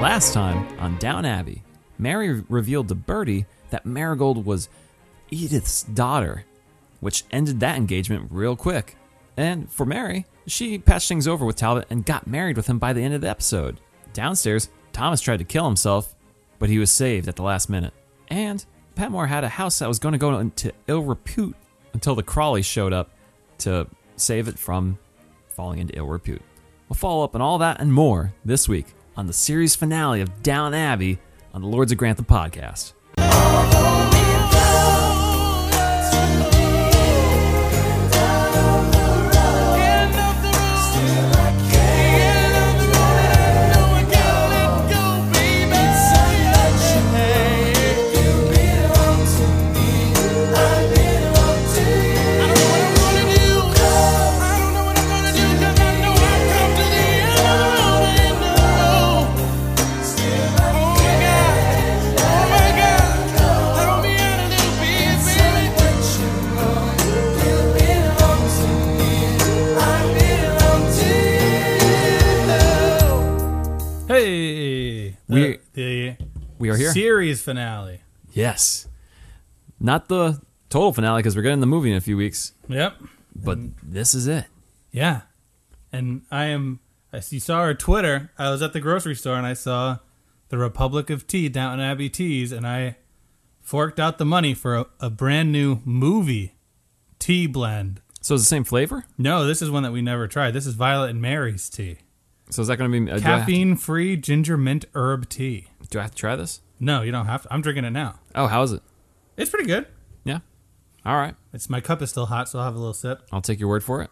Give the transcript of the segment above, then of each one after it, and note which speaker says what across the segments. Speaker 1: Last time on Down Abbey, Mary revealed to Bertie that Marigold was Edith's daughter, which ended that engagement real quick. And for Mary, she patched things over with Talbot and got married with him by the end of the episode. Downstairs, Thomas tried to kill himself, but he was saved at the last minute. And Petmore had a house that was going to go into ill repute until the Crawleys showed up to save it from falling into ill repute. We'll follow up on all that and more this week on the series finale of Down Abbey on the Lords of Grantham podcast.
Speaker 2: Hey,
Speaker 1: We-
Speaker 2: the, the
Speaker 1: We are here.
Speaker 2: series finale.
Speaker 1: Yes. Not the total finale because we're getting the movie in a few weeks,
Speaker 2: Yep,
Speaker 1: but this is it.
Speaker 2: yeah, and I am. I you saw our Twitter. I was at the grocery store and I saw the Republic of Tea Downton Abbey teas, and I forked out the money for a, a brand new movie tea blend.
Speaker 1: So it's the same flavor?
Speaker 2: No, this is one that we never tried. This is Violet and Mary's tea,
Speaker 1: So is that going to be uh, do I have to-
Speaker 2: caffeine-free ginger mint herb tea.
Speaker 1: Do I, have to try this?
Speaker 2: No, you don't have to. I'm drinking it now.
Speaker 1: Oh, how is it?
Speaker 2: It's pretty good.
Speaker 1: Yeah. All right.
Speaker 2: It's my cup is still hot, so I'll have a little sip.
Speaker 1: I'll take your word for it.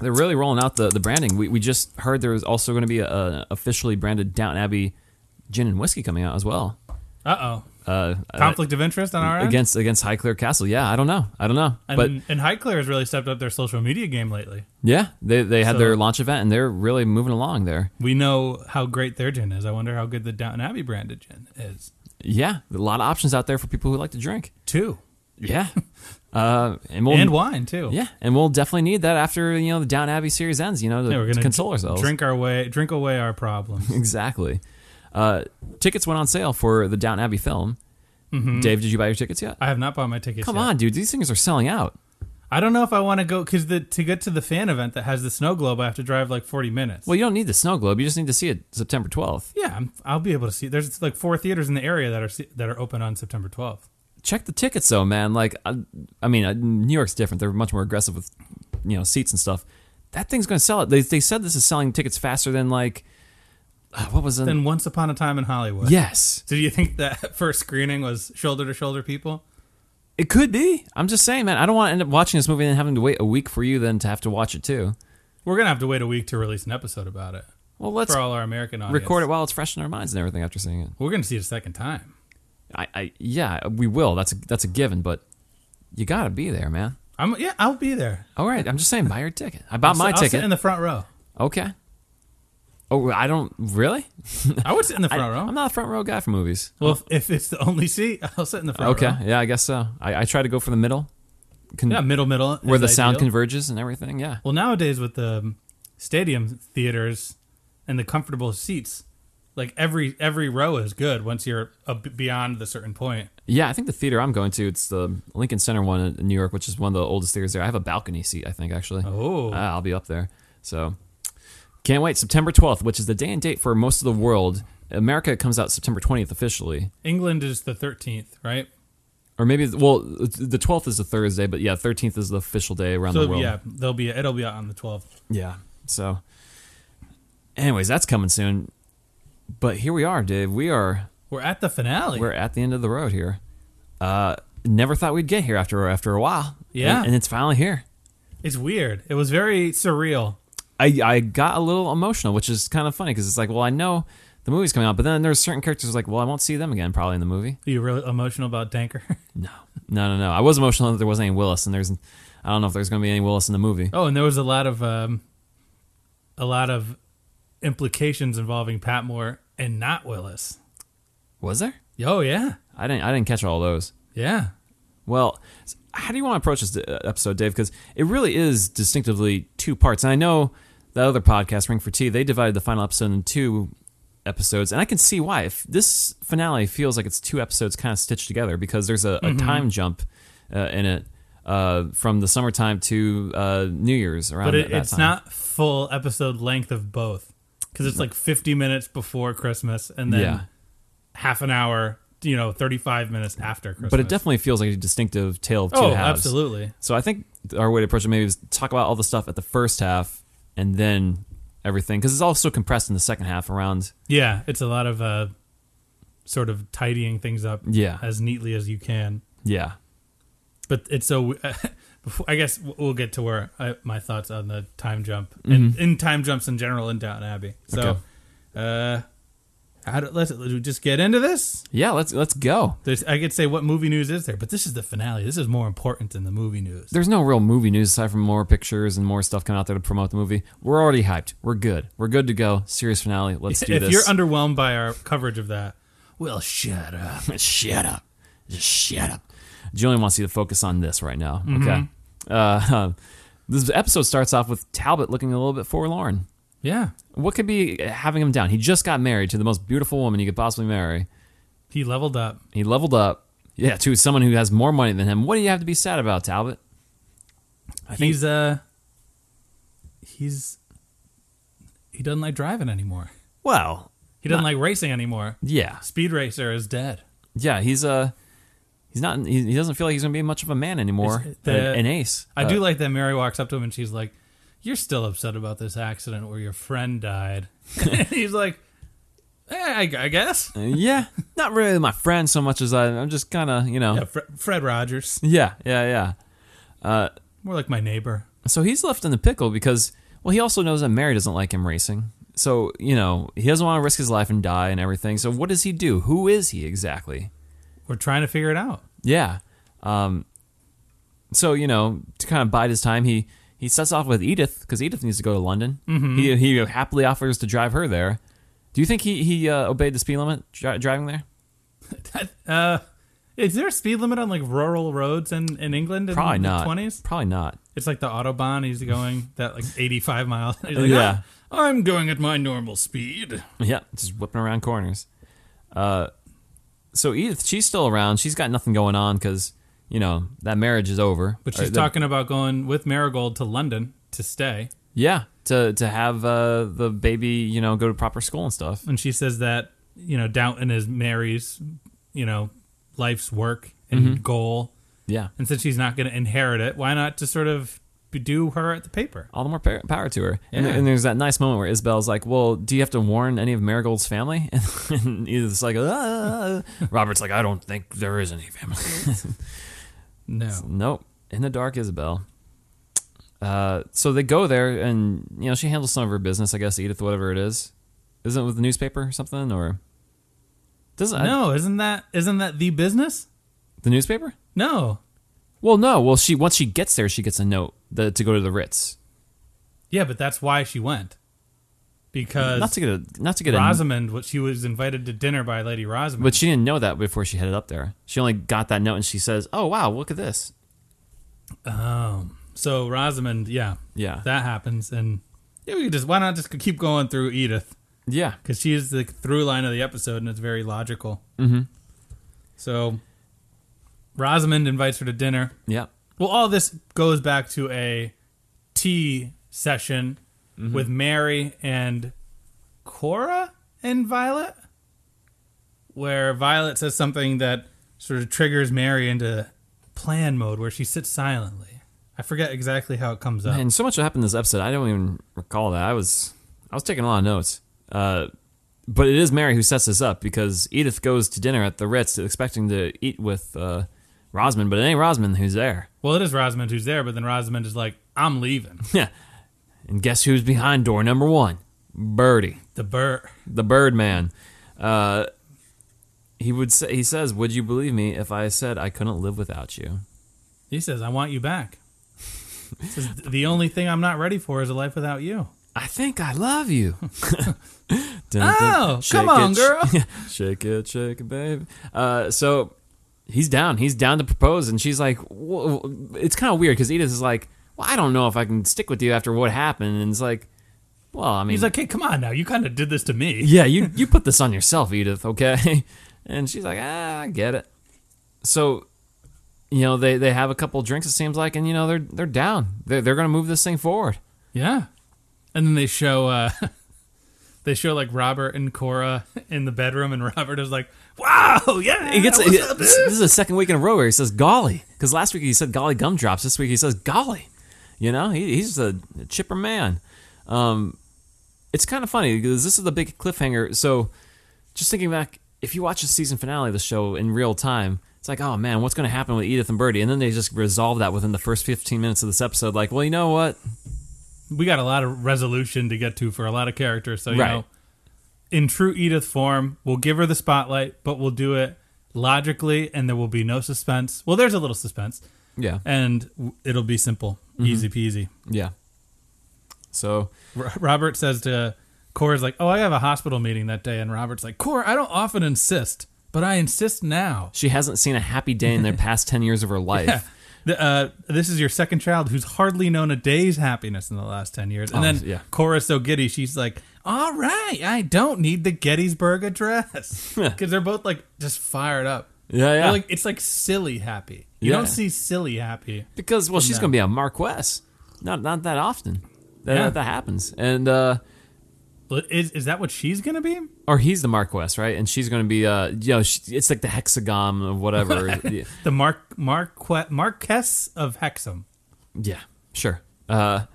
Speaker 1: They're really rolling out the, the branding. We, we just heard there was also going to be a, a officially branded Downton Abbey gin and whiskey coming out as well.
Speaker 2: Uh oh.
Speaker 1: Uh,
Speaker 2: Conflict of interest on our end?
Speaker 1: against against Highclere Castle. Yeah, I don't know. I don't know.
Speaker 2: And,
Speaker 1: but
Speaker 2: and Highclere has really stepped up their social media game lately.
Speaker 1: yeah, they they had
Speaker 2: So-
Speaker 1: their launch event and they're really moving along there.
Speaker 2: We know how great their gin is. I wonder how good the Downton Abbey branded gin is.
Speaker 1: Yeah, a lot of options out there for people who like to drink.
Speaker 2: Too.
Speaker 1: Yeah. Uh, and we'll
Speaker 2: and wine, too.
Speaker 1: yeah, and we'll definitely need that after you know the Down Abbey series ends. You know, to,
Speaker 2: Yeah, we're
Speaker 1: to
Speaker 2: gonna
Speaker 1: console ourselves.
Speaker 2: Drink our way, drink away our problems.
Speaker 1: Exactly. Uh, tickets went on sale for the Down Abbey film. Dave, did you buy your tickets yet?
Speaker 2: Mm-hmm. I have not bought my tickets.
Speaker 1: Come
Speaker 2: yet.
Speaker 1: on, dude. These things are selling out.
Speaker 2: I don't know if I want to go because to get to the fan event that has the snow globe, I have to drive like forty minutes.
Speaker 1: Well, you don't need the snow globe. You just need to see it September 12th.
Speaker 2: yeah, I'm, I'll be able to see. There's like four theaters in the area that are se- that are open on September 12th.
Speaker 1: Check the tickets, though, man. Like, I, I mean, uh, New York's different. They're much more aggressive with, you know, seats and stuff. That thing's going to sell it. They, they said this is selling tickets faster than, like, uh, what was it?
Speaker 2: Then Once Upon a Time in Hollywood.
Speaker 1: yes.
Speaker 2: So do you think that first screening was shoulder to shoulder people?
Speaker 1: It could be. I'm just saying, man. I don't want to end up watching this movie and having to wait a week for you then to have to watch it, too.
Speaker 2: We're gonna have to wait a week to release an episode about it
Speaker 1: Well, let's
Speaker 2: for all our American audience.
Speaker 1: record it while it's fresh in our minds and everything after seeing it.
Speaker 2: We're gonna see it a second time.
Speaker 1: I, I yeah, we will. That's a that's a given, but you gotta be there, man.
Speaker 2: I'm yeah, I'll be there.
Speaker 1: All right, I'm just saying, buy your ticket. I bought
Speaker 2: I'll
Speaker 1: my
Speaker 2: sit- I'll
Speaker 1: ticket.
Speaker 2: sit in the front row.
Speaker 1: okay. Oh, I don't really.
Speaker 2: I would sit in the
Speaker 1: I,
Speaker 2: front row.
Speaker 1: am not a front row guy for movies.
Speaker 2: well, if, if it's the only seat, I'll sit in the front
Speaker 1: Okay,
Speaker 2: row.
Speaker 1: yeah, I guess so. I, I try to go for the middle, con-
Speaker 2: Yeah, middle middle.
Speaker 1: where
Speaker 2: is
Speaker 1: the sound
Speaker 2: ideal.
Speaker 1: converges and everything. Yeah,
Speaker 2: well, nowadays with the um, stadium theaters and the comfortable seats, like every every row is good once you're up beyond the certain point.
Speaker 1: yeah. I think the theater I'm going to, it's the Lincoln Center one in New York, which is one of the oldest theaters there. I have a balcony seat, I think, actually.
Speaker 2: Oh,
Speaker 1: Uh, I'll be up there. So can't wait. September 12th, which is the day and date for most of the world. America comes out September 20th officially.
Speaker 2: England is the thirteenth, right?
Speaker 1: Or maybe, well, the 12th is a Thursday, but yeah, 13th is the official day around the
Speaker 2: So
Speaker 1: world.
Speaker 2: yeah, they'll be it'll be out on the twelfth.
Speaker 1: Yeah. So, anyways, that's coming soon. But here we are, Dave. We are
Speaker 2: We're at the finale.
Speaker 1: we're at the end of the road here. Uh, never thought we'd get here after after a while.
Speaker 2: Yeah.
Speaker 1: and, and it's finally here.
Speaker 2: It's weird. It was very surreal.
Speaker 1: I, I got a little emotional, which is kind of funny because it's like, well, I know the movie's coming out, but then there's certain characters like, well, I won't see them again probably in the movie.
Speaker 2: Are you really emotional about Danker?
Speaker 1: No, no, no, no. I was emotional that there wasn't any Willis, and there's, I don't know if there's going to be any Willis in the movie.
Speaker 2: oh, and there was a lot of um, a lot of implications involving Patmore and not Willis.
Speaker 1: Was there?
Speaker 2: Oh yeah,
Speaker 1: I didn't, I didn't catch all those.
Speaker 2: yeah.
Speaker 1: Well, s- how do you want to approach this uh, episode, Dave? Because it really is distinctively two parts, and I know that other podcast, Ring for Tea, they divided the final episode into two episodes, and I can see why. If this finale feels like it's two episodes kind of stitched together because there's a, a
Speaker 2: Mm-hmm.
Speaker 1: time jump uh, in it uh, from the summertime to uh, New Year's around.
Speaker 2: But it,
Speaker 1: that
Speaker 2: it's
Speaker 1: time.
Speaker 2: not full episode length of both because it's like 50 minutes before Christmas and then
Speaker 1: Mm-hmm. Yeah.
Speaker 2: half an hour, you know, 35 minutes after Christmas.
Speaker 1: But it definitely feels like a distinctive tale of two
Speaker 2: Oh,
Speaker 1: halves.
Speaker 2: absolutely.
Speaker 1: So I think our way to approach it maybe is talk about all the stuff at the first half and then everything because it's also compressed in the second half around.
Speaker 2: Yeah, it's a lot of uh, sort of tidying things up
Speaker 1: Yeah.
Speaker 2: as neatly as you can.
Speaker 1: Yeah.
Speaker 2: But it's so. before, I guess w- we'll get to where I, my thoughts on the time jump and in time jumps in general in Downton Abbey. So,
Speaker 1: Mm-hmm. Okay.
Speaker 2: uh, how do, let's, let's just get into this.
Speaker 1: Yeah. Let's let's go.
Speaker 2: There's, I could say what movie news is there, but this is the finale. This is more important than the movie news.
Speaker 1: There's no real movie news aside from more pictures and more stuff coming out there to promote the movie. We're already hyped. We're good. We're good to go. Series finale. Let's do
Speaker 2: if
Speaker 1: this.
Speaker 2: you're underwhelmed by our coverage of that, well, shut up.
Speaker 1: shut up. Just shut up. Julian wants you to focus on this right now. Okay.
Speaker 2: Mm-hmm.
Speaker 1: Uh, this episode starts off with Talbot looking a little bit forlorn.
Speaker 2: Yeah,
Speaker 1: What could be having him down? He just got married to the most beautiful woman you could possibly marry.
Speaker 2: he leveled up.
Speaker 1: He leveled up. Yeah, to someone who has more money than him. What do you have to be sad about, Talbot? think-
Speaker 2: he's uh, he's he doesn't like driving anymore.
Speaker 1: Well,
Speaker 2: He doesn't like racing anymore.
Speaker 1: yeah,
Speaker 2: Speed Racer is dead.
Speaker 1: yeah. He's uh, he's not. He, he doesn't feel like he's gonna be much of a man anymore.
Speaker 2: It's- the-
Speaker 1: an, an ace.
Speaker 2: I
Speaker 1: Uh,
Speaker 2: do like that Mary walks up to him and she's like, "You're still upset about this accident where your friend died." And he's like, eh, I, I guess."
Speaker 1: Uh, yeah, not really my friend so much as I. I'm just kind of you know.
Speaker 2: Yeah, Uh, Fre- Fred Rogers,
Speaker 1: Yeah, yeah, yeah.
Speaker 2: more like my neighbor.
Speaker 1: So he's left in the pickle because well, he also knows that Mary doesn't like him racing. So you know he doesn't want to risk his life and die and everything. So what does he do? Who is he exactly?
Speaker 2: We're trying to figure it out.
Speaker 1: Yeah. Um, so you know, to kind of bide his time, he he sets off with Edith because Edith needs to go to London. Mm-hmm. He he happily offers to drive her there. Do you think he he uh, obeyed the speed limit dri- driving there?
Speaker 2: Uh, is there a speed limit on like rural roads in, in England in
Speaker 1: Probably
Speaker 2: the
Speaker 1: not.
Speaker 2: 20s?
Speaker 1: Probably not.
Speaker 2: It's like the autobahn. He's going that like 85 miles. He's like,
Speaker 1: Yeah.
Speaker 2: "Ah, I'm going at my normal speed.
Speaker 1: Yeah, just whipping around corners. Uh, so Edith, she's still around. She's got nothing going on because you know that marriage is over.
Speaker 2: But
Speaker 1: Or
Speaker 2: she's
Speaker 1: the-
Speaker 2: talking about going with Marigold to London to stay.
Speaker 1: Yeah, to to have uh, the baby, you know, go to proper school and stuff.
Speaker 2: and she says that you know Downton is Mary's you know life's work and
Speaker 1: Mm-hmm.
Speaker 2: goal,
Speaker 1: Yeah,
Speaker 2: and since she's not going to inherit it, why not just sort of do her at the paper?
Speaker 1: all the more power, power to her. And,
Speaker 2: Yeah.
Speaker 1: and there's that nice moment where Isabel's like, "Well, do you have to warn any of Marigold's family?" And, and Edith's like, "Uh." "Robert's like, I don't think there is any family."
Speaker 2: No,
Speaker 1: nope. In the dark, Isabel. Uh, so they go there, and you know she handles some of her business, I guess. Edith, whatever it is, isn't it with the newspaper or something, or doesn't I-
Speaker 2: no, isn't that isn't that the business?
Speaker 1: the newspaper?
Speaker 2: No,
Speaker 1: Well, no. Well, she once she gets there, she gets a note the, to go to the Ritz,
Speaker 2: yeah, but that's why she went because
Speaker 1: not to get a not to get a
Speaker 2: Rosamond, what she was invited to dinner by Lady Rosamond.
Speaker 1: But she didn't know that before she headed up there. She only got that note and she says, "Oh wow, look at this."
Speaker 2: um, so Rosamond, yeah,
Speaker 1: Yeah.
Speaker 2: that happens, and yeah, we could just why not just keep going through Edith.
Speaker 1: yeah.
Speaker 2: because she is the through line of the episode and it's very logical. Mm-hmm. So Rosamond invites her to dinner.
Speaker 1: Yeah.
Speaker 2: Well, all this goes back to a tea session with Mary and Cora and Violet, where Violet says something that sort of triggers Mary into plan mode where she sits silently. I forget exactly how it comes up.
Speaker 1: And so much happened in this episode. I don't even recall that. I was I was taking a lot of notes. Uh but it is Mary who sets this up because Edith goes to dinner at the Ritz expecting to eat with uh Rosamond, but it ain't Rosamond who's there.
Speaker 2: Well, it is Rosamond who's there, but then Rosamond is like, I'm leaving.
Speaker 1: Yeah. And guess who's behind door number 1? Birdie.
Speaker 2: The bird.
Speaker 1: the Birdman. Uh, he would say, he says, "Would you believe me if I said I couldn't live without you?"
Speaker 2: He says, "I want you back." He says, the only thing I'm not ready for is a life without you.
Speaker 1: I think I love you. Dun, dun.
Speaker 2: Oh, come on,
Speaker 1: sh-
Speaker 2: girl.
Speaker 1: shake it, shake it, babe. Uh, so he's down. He's down to propose, and she's like, "Wha- "It's kind of weird because Edith is like, well, I don't know if I can stick with you after what happened." And it's like, Well, I mean,
Speaker 2: He's like, hey, come on now. You kind of did this to me.
Speaker 1: yeah, you you put this on yourself, Edith, okay? And she's like, ah, I get it. So, you know, they they have a couple drinks. It seems like, and you know, they're they're down. They're they're gonna move this thing forward.
Speaker 2: Yeah. And then they show uh they show like Robert and Cora in the bedroom and Robert is like, Wow, yeah.
Speaker 1: He gets
Speaker 2: what's
Speaker 1: this,
Speaker 2: up, dude?"
Speaker 1: this is the second week in a row where he says golly because last week he said golly gumdrops this week he says golly you know he, he's a chipper man um, it's kind of funny because this is the big cliffhanger so just thinking back if you watch the season finale of the show in real time it's like oh man what's going to happen with edith and bertie and then they just resolve that within the first 15 minutes of this episode like well you know what
Speaker 2: We got a lot of resolution to get to for a lot of characters, so you
Speaker 1: Right.
Speaker 2: know in true Edith form, we'll give her the spotlight, but we'll do it logically and there will be no suspense. Well, there's a little suspense.
Speaker 1: yeah
Speaker 2: And w- it'll be simple,
Speaker 1: Mm-hmm.
Speaker 2: easy peasy.
Speaker 1: yeah so
Speaker 2: R- Robert says to Cora's like, "Oh, I have a hospital meeting that day," and Robert's like, "Cora, I don't often insist, but I insist now."
Speaker 1: she hasn't seen a happy day in the past 10 years of her life
Speaker 2: Yeah. The, uh, this is your second child who's hardly known a day's happiness in the last 10 years. And
Speaker 1: Oh,
Speaker 2: then
Speaker 1: yeah.
Speaker 2: Cora's so giddy, she's like, All right, I don't need the Gettysburg Address. Because they're both like just fired up.
Speaker 1: Yeah, yeah.
Speaker 2: They're like, it's like silly happy. You
Speaker 1: Yeah.
Speaker 2: don't see silly happy.
Speaker 1: Because well, she's
Speaker 2: No.
Speaker 1: going to be a Marquess. Not not that often that
Speaker 2: Yeah.
Speaker 1: that happens. And uh,
Speaker 2: But Is, is that what she's going to be?
Speaker 1: or he's the Marquess, right? And she's going to be uh, you know, she, it's like the hexagon of whatever. yeah.
Speaker 2: The Mark, Marque, Marquess of Hexham.
Speaker 1: Yeah, sure. Uh,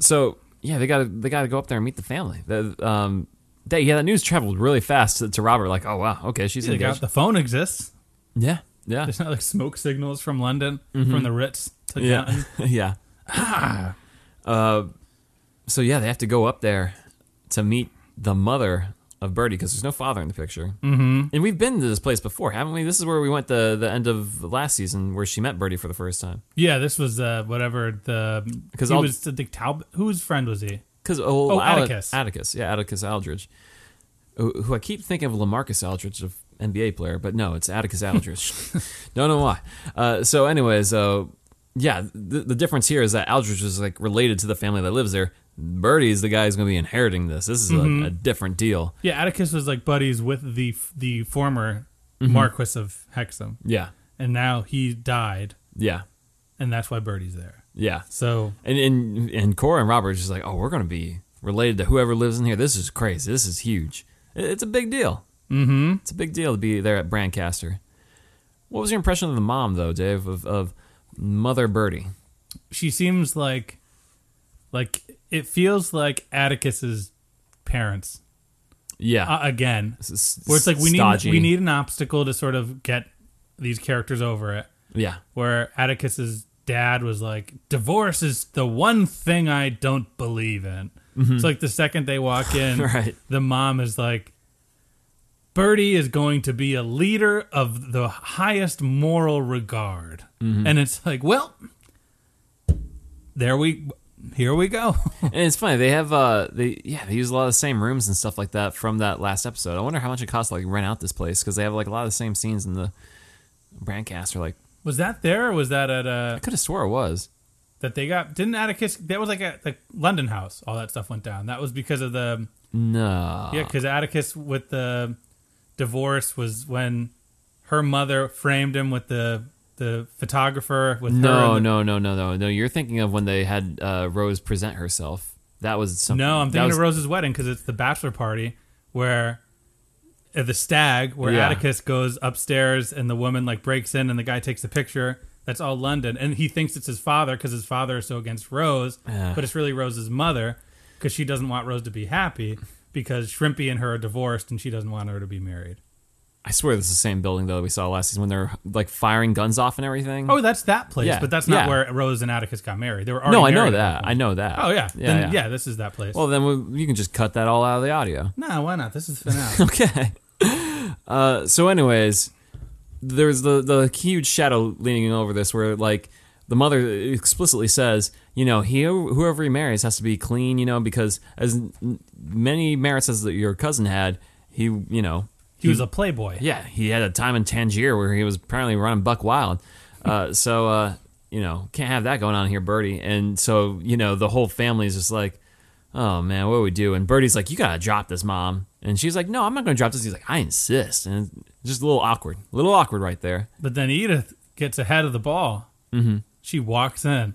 Speaker 1: so yeah, they got to they got to go up there and meet the family. The, um, that, yeah, that news traveled really fast to, to Robert. Like, oh wow, okay, she's
Speaker 2: They got
Speaker 1: engaged.
Speaker 2: the phone exists.
Speaker 1: yeah, yeah,
Speaker 2: There's not like smoke signals from London, from the Ritz to
Speaker 1: Mm-hmm. yeah,
Speaker 2: Downton.
Speaker 1: yeah. Uh, so yeah, they have to go up there to meet the mother of Birdie because there's no father in the picture. Mm-hmm. And we've been to this place before, haven't we? This is where we went the the end of last season where she met Birdie for the first time.
Speaker 2: Yeah, this was uh, whatever the
Speaker 1: 'Cause
Speaker 2: he
Speaker 1: all-
Speaker 2: was the Taub. Whose friend was he?
Speaker 1: Because
Speaker 2: Oh,
Speaker 1: oh, Al-
Speaker 2: Atticus.
Speaker 1: Atticus, yeah, Atticus Aldridge, who who I keep thinking of Lamarcus Aldridge, of NBA player, but no, it's Atticus Aldridge. Don't know why. Uh, so, anyways, uh, yeah, the, the difference here is that Aldridge is like related to the family that lives there. Birdie is the guy who's going to be inheriting this. This is a, a different deal.
Speaker 2: Yeah, Atticus was like buddies with the the former
Speaker 1: Mm-hmm.
Speaker 2: Marquis of Hexham,
Speaker 1: Yeah,
Speaker 2: and now he died,
Speaker 1: yeah,
Speaker 2: and that's why Birdie's there.
Speaker 1: yeah.
Speaker 2: So
Speaker 1: And and and Cora and Robert are just like, oh, we're going to be related to whoever lives in here. This is crazy. This is huge. It- It's a big deal.
Speaker 2: mm-hmm.
Speaker 1: It's a big deal to be there at Brancaster. What was your impression of the mom, though, Dave, of, of Mother Birdie?
Speaker 2: she seems like like it feels like Atticus's parents
Speaker 1: Yeah.
Speaker 2: uh, again.
Speaker 1: S-
Speaker 2: Where it's like we
Speaker 1: stodgy.
Speaker 2: need we need an obstacle to sort of get these characters over it.
Speaker 1: Yeah.
Speaker 2: where Atticus's dad was like, "Divorce is the one thing I don't believe in." It's like the second they walk in,
Speaker 1: Right.
Speaker 2: the mom is like, "Birdie is going to be a leader of the highest moral regard," and it's like, "Well, there we, here we go."
Speaker 1: And it's funny they have uh they yeah they use a lot of the same rooms and stuff like that from that last episode. I wonder how much it costs to like rent out this place because they have like a lot of the same scenes in the Brancaster. Like
Speaker 2: was that there? or Was that at uh
Speaker 1: I could have swore it was.
Speaker 2: that they got? Didn't Atticus? That was like at the London House. All that stuff went down. That was because of the
Speaker 1: No.
Speaker 2: Yeah, because Atticus with the divorce was when her mother framed him with the the photographer with her.
Speaker 1: No,
Speaker 2: and the-
Speaker 1: no, no, no, no, no. You're thinking of when they had uh, Rose present herself. That was something.
Speaker 2: no. I'm
Speaker 1: that
Speaker 2: thinking
Speaker 1: was-
Speaker 2: of Rose's wedding because it's the bachelor party where uh, the stag where
Speaker 1: Yeah.
Speaker 2: Atticus goes upstairs and the woman like breaks in and the guy takes the picture. That's all London, and he thinks it's his father because his father is so against Rose,
Speaker 1: Yeah.
Speaker 2: but it's really Rose's mother because she doesn't want Rose to be happy because Shrimpy and her are divorced and she doesn't want her to be married.
Speaker 1: I swear this is the same building though that we saw last season when they're like firing guns off and everything.
Speaker 2: Oh, that's that place,
Speaker 1: Yeah,
Speaker 2: but that's not
Speaker 1: yeah.
Speaker 2: where Rose and Atticus got married. They were already
Speaker 1: no, I know
Speaker 2: married at
Speaker 1: that. I
Speaker 2: point.
Speaker 1: know that.
Speaker 2: Oh yeah,
Speaker 1: yeah.
Speaker 2: then,
Speaker 1: yeah.
Speaker 2: yeah. This is that place.
Speaker 1: Well, then we, you can just cut that all out of the audio.
Speaker 2: no, why not? This is finale.
Speaker 1: Okay. Uh, so, anyways, there's the the huge shadow leaning over this, where like the mother explicitly says, you know, he whoever he marries has to be clean, you know, because as n- many merits as that your cousin had, he, you know,
Speaker 2: he was a playboy.
Speaker 1: Yeah, he had a time in Tangier where he was apparently running buck wild. Uh, so uh, you know, can't have that going on here, Birdie. And so you know, the whole family is just like, oh man, what do we do? And Birdie's like, you gotta drop this, mom. And she's like, no, I'm not gonna drop this. He's like, I insist. And it's just a little awkward, a little awkward right there.
Speaker 2: But then Edith gets ahead of the ball.
Speaker 1: Mhm.
Speaker 2: She walks in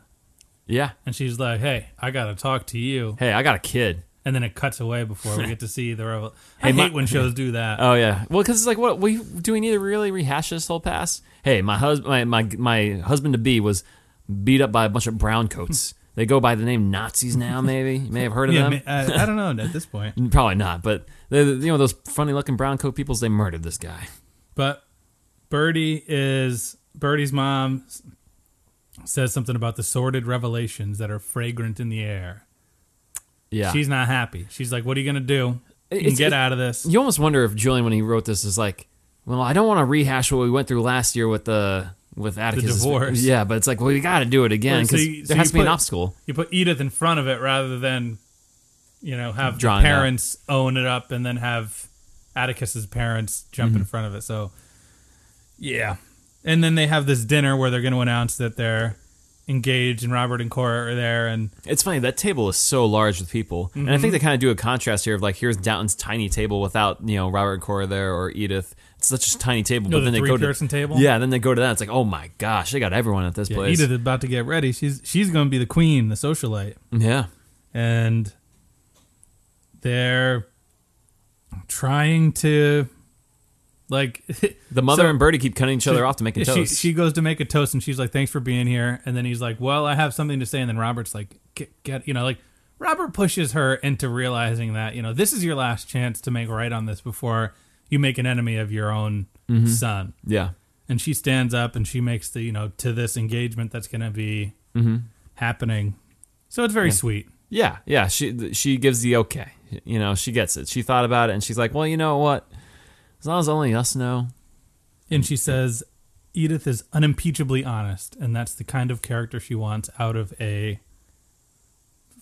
Speaker 1: Yeah.
Speaker 2: and she's like, "Hey, I gotta talk to you."
Speaker 1: Hey, I got a kid.
Speaker 2: And then it cuts away before we get to see the revel.
Speaker 1: Hey,
Speaker 2: I hate
Speaker 1: my-
Speaker 2: when shows do that.
Speaker 1: Oh yeah. Well, because it's like, what we do? We need to really rehash this whole past. Hey, my husband, my my, my husband to be was beat up by a bunch of brown coats. they go by the name Nazis now. Maybe you may have heard of
Speaker 2: yeah,
Speaker 1: them.
Speaker 2: ma- I, I don't know at this point.
Speaker 1: Probably not, but they, you know those funny-looking brown coat peoples. They murdered this guy.
Speaker 2: But Birdie is Birdie's mom s- says something about the sordid revelations that are fragrant in the air.
Speaker 1: Yeah,
Speaker 2: She's not happy. She's like, "What are you gonna do? You can
Speaker 1: It's-
Speaker 2: get
Speaker 1: it-
Speaker 2: out of this."
Speaker 1: you almost wonder if Julian, when he wrote this, is like, well, I don't want to rehash what we went through last year with the with Atticus.
Speaker 2: divorce.
Speaker 1: Yeah, but it's like, well, we got to do it again
Speaker 2: Wait, so
Speaker 1: because
Speaker 2: you- so
Speaker 1: there has
Speaker 2: you
Speaker 1: to be an
Speaker 2: put-
Speaker 1: obstacle.
Speaker 2: You put Edith in front of it rather than, you know, have the
Speaker 1: Drawing it up.
Speaker 2: parents own it up and then have Atticus's parents jump
Speaker 1: Mm-hmm.
Speaker 2: in front of it. So, yeah. And then they have this dinner where they're going to announce that they're engaged, and Robert and Cora are there, and
Speaker 1: It's funny that table is so large with people, and
Speaker 2: Mm-hmm.
Speaker 1: I think they kind of do a contrast here of like here's Downton's tiny table without you know Robert Cora there or Edith. It's such a tiny table,
Speaker 2: No,
Speaker 1: but
Speaker 2: the
Speaker 1: then they go
Speaker 2: three-person
Speaker 1: to
Speaker 2: table?
Speaker 1: Yeah, then they go to that. It's like, oh my gosh, they got everyone at this
Speaker 2: yeah,
Speaker 1: place.
Speaker 2: Edith is about to get ready. She's she's going to be the queen, the socialite.
Speaker 1: Yeah,
Speaker 2: and they're trying to like
Speaker 1: the mother
Speaker 2: So-
Speaker 1: and Bertie keep cutting each other off to make a
Speaker 2: she,
Speaker 1: toast.
Speaker 2: she goes to make a toast and she's like thanks for being here and then he's like well i have something to say and then robert's like get, get you know like robert pushes her into realizing that you know this is your last chance to make right on this before you make an enemy of your own
Speaker 1: Mm-hmm.
Speaker 2: son
Speaker 1: yeah,
Speaker 2: and she stands up and she makes the you know to this engagement that's going to be happening so it's very sweet
Speaker 1: Mm-hmm. Yeah, yeah. She th- she gives the okay. You know, she gets it. She thought about it, and she's like, "Well, you know what? As long as only us know."
Speaker 2: And she says, Edith is unimpeachably honest, and that's the kind of character she wants out of a,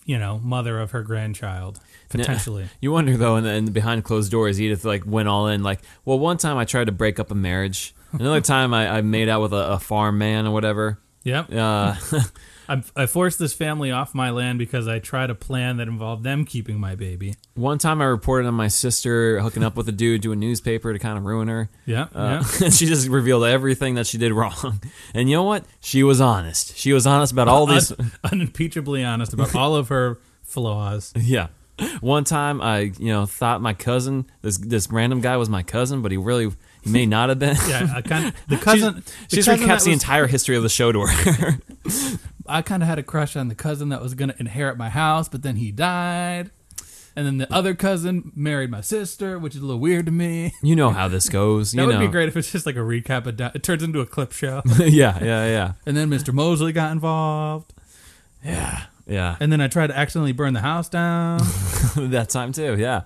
Speaker 2: you know, mother of her grandchild, potentially.
Speaker 1: You wonder though, in the, in the behind closed doors, Edith like went all in. Like, well, one time I tried to break up a marriage. Another time I, I made out with a, a farm man or whatever.
Speaker 2: Yep.
Speaker 1: Uh,
Speaker 2: I'm, I forced this family off my land because I tried a plan that involved them keeping my baby.
Speaker 1: one time I reported on my sister hooking up with a dude to a newspaper to kind of ruin her.
Speaker 2: Yeah.
Speaker 1: Uh, she just revealed everything that she did wrong. And you know what? She was honest. She was honest about all
Speaker 2: yeah.
Speaker 1: these.
Speaker 2: Un- unimpeachably honest about all of her flaws.
Speaker 1: Yeah. One time I, you know, thought my cousin, this this random guy was my cousin, but he really he may not have been.
Speaker 2: Yeah, I kind the cousin. the
Speaker 1: She's
Speaker 2: cousin that
Speaker 1: recaps the
Speaker 2: was-
Speaker 1: entire history of the show to her.
Speaker 2: I kind of had a crush on the cousin that was going to inherit my house, but then he died. And then the other cousin married my sister, which is a little weird to me.
Speaker 1: you know how this goes.
Speaker 2: That
Speaker 1: you
Speaker 2: would
Speaker 1: know.
Speaker 2: be great if it's just like a recap. Of di- it turns into a clip show.
Speaker 1: yeah, yeah, yeah,
Speaker 2: and then Mr. Mosley got involved.
Speaker 1: yeah, yeah.
Speaker 2: And then I tried to accidentally burn the house down.
Speaker 1: that time too. Yeah,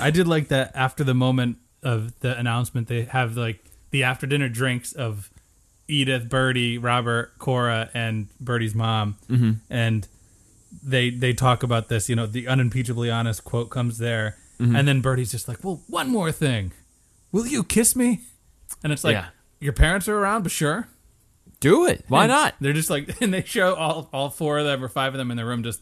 Speaker 2: I did like that after the moment of the announcement, they have like the after dinner drinks of Edith, Birdie, Robert, Cora, and Birdie's mom,
Speaker 1: Mm-hmm.
Speaker 2: and they they talk about this. You know, the unimpeachably honest quote comes there,
Speaker 1: Mm-hmm.
Speaker 2: and then Birdie's just like, "Well, one more thing, will you kiss me?" And it's like,
Speaker 1: Yeah.
Speaker 2: "Your parents are around, but sure."
Speaker 1: do it. Why
Speaker 2: And
Speaker 1: not?
Speaker 2: They're just like, and they show all all four of them or five of them in the room, just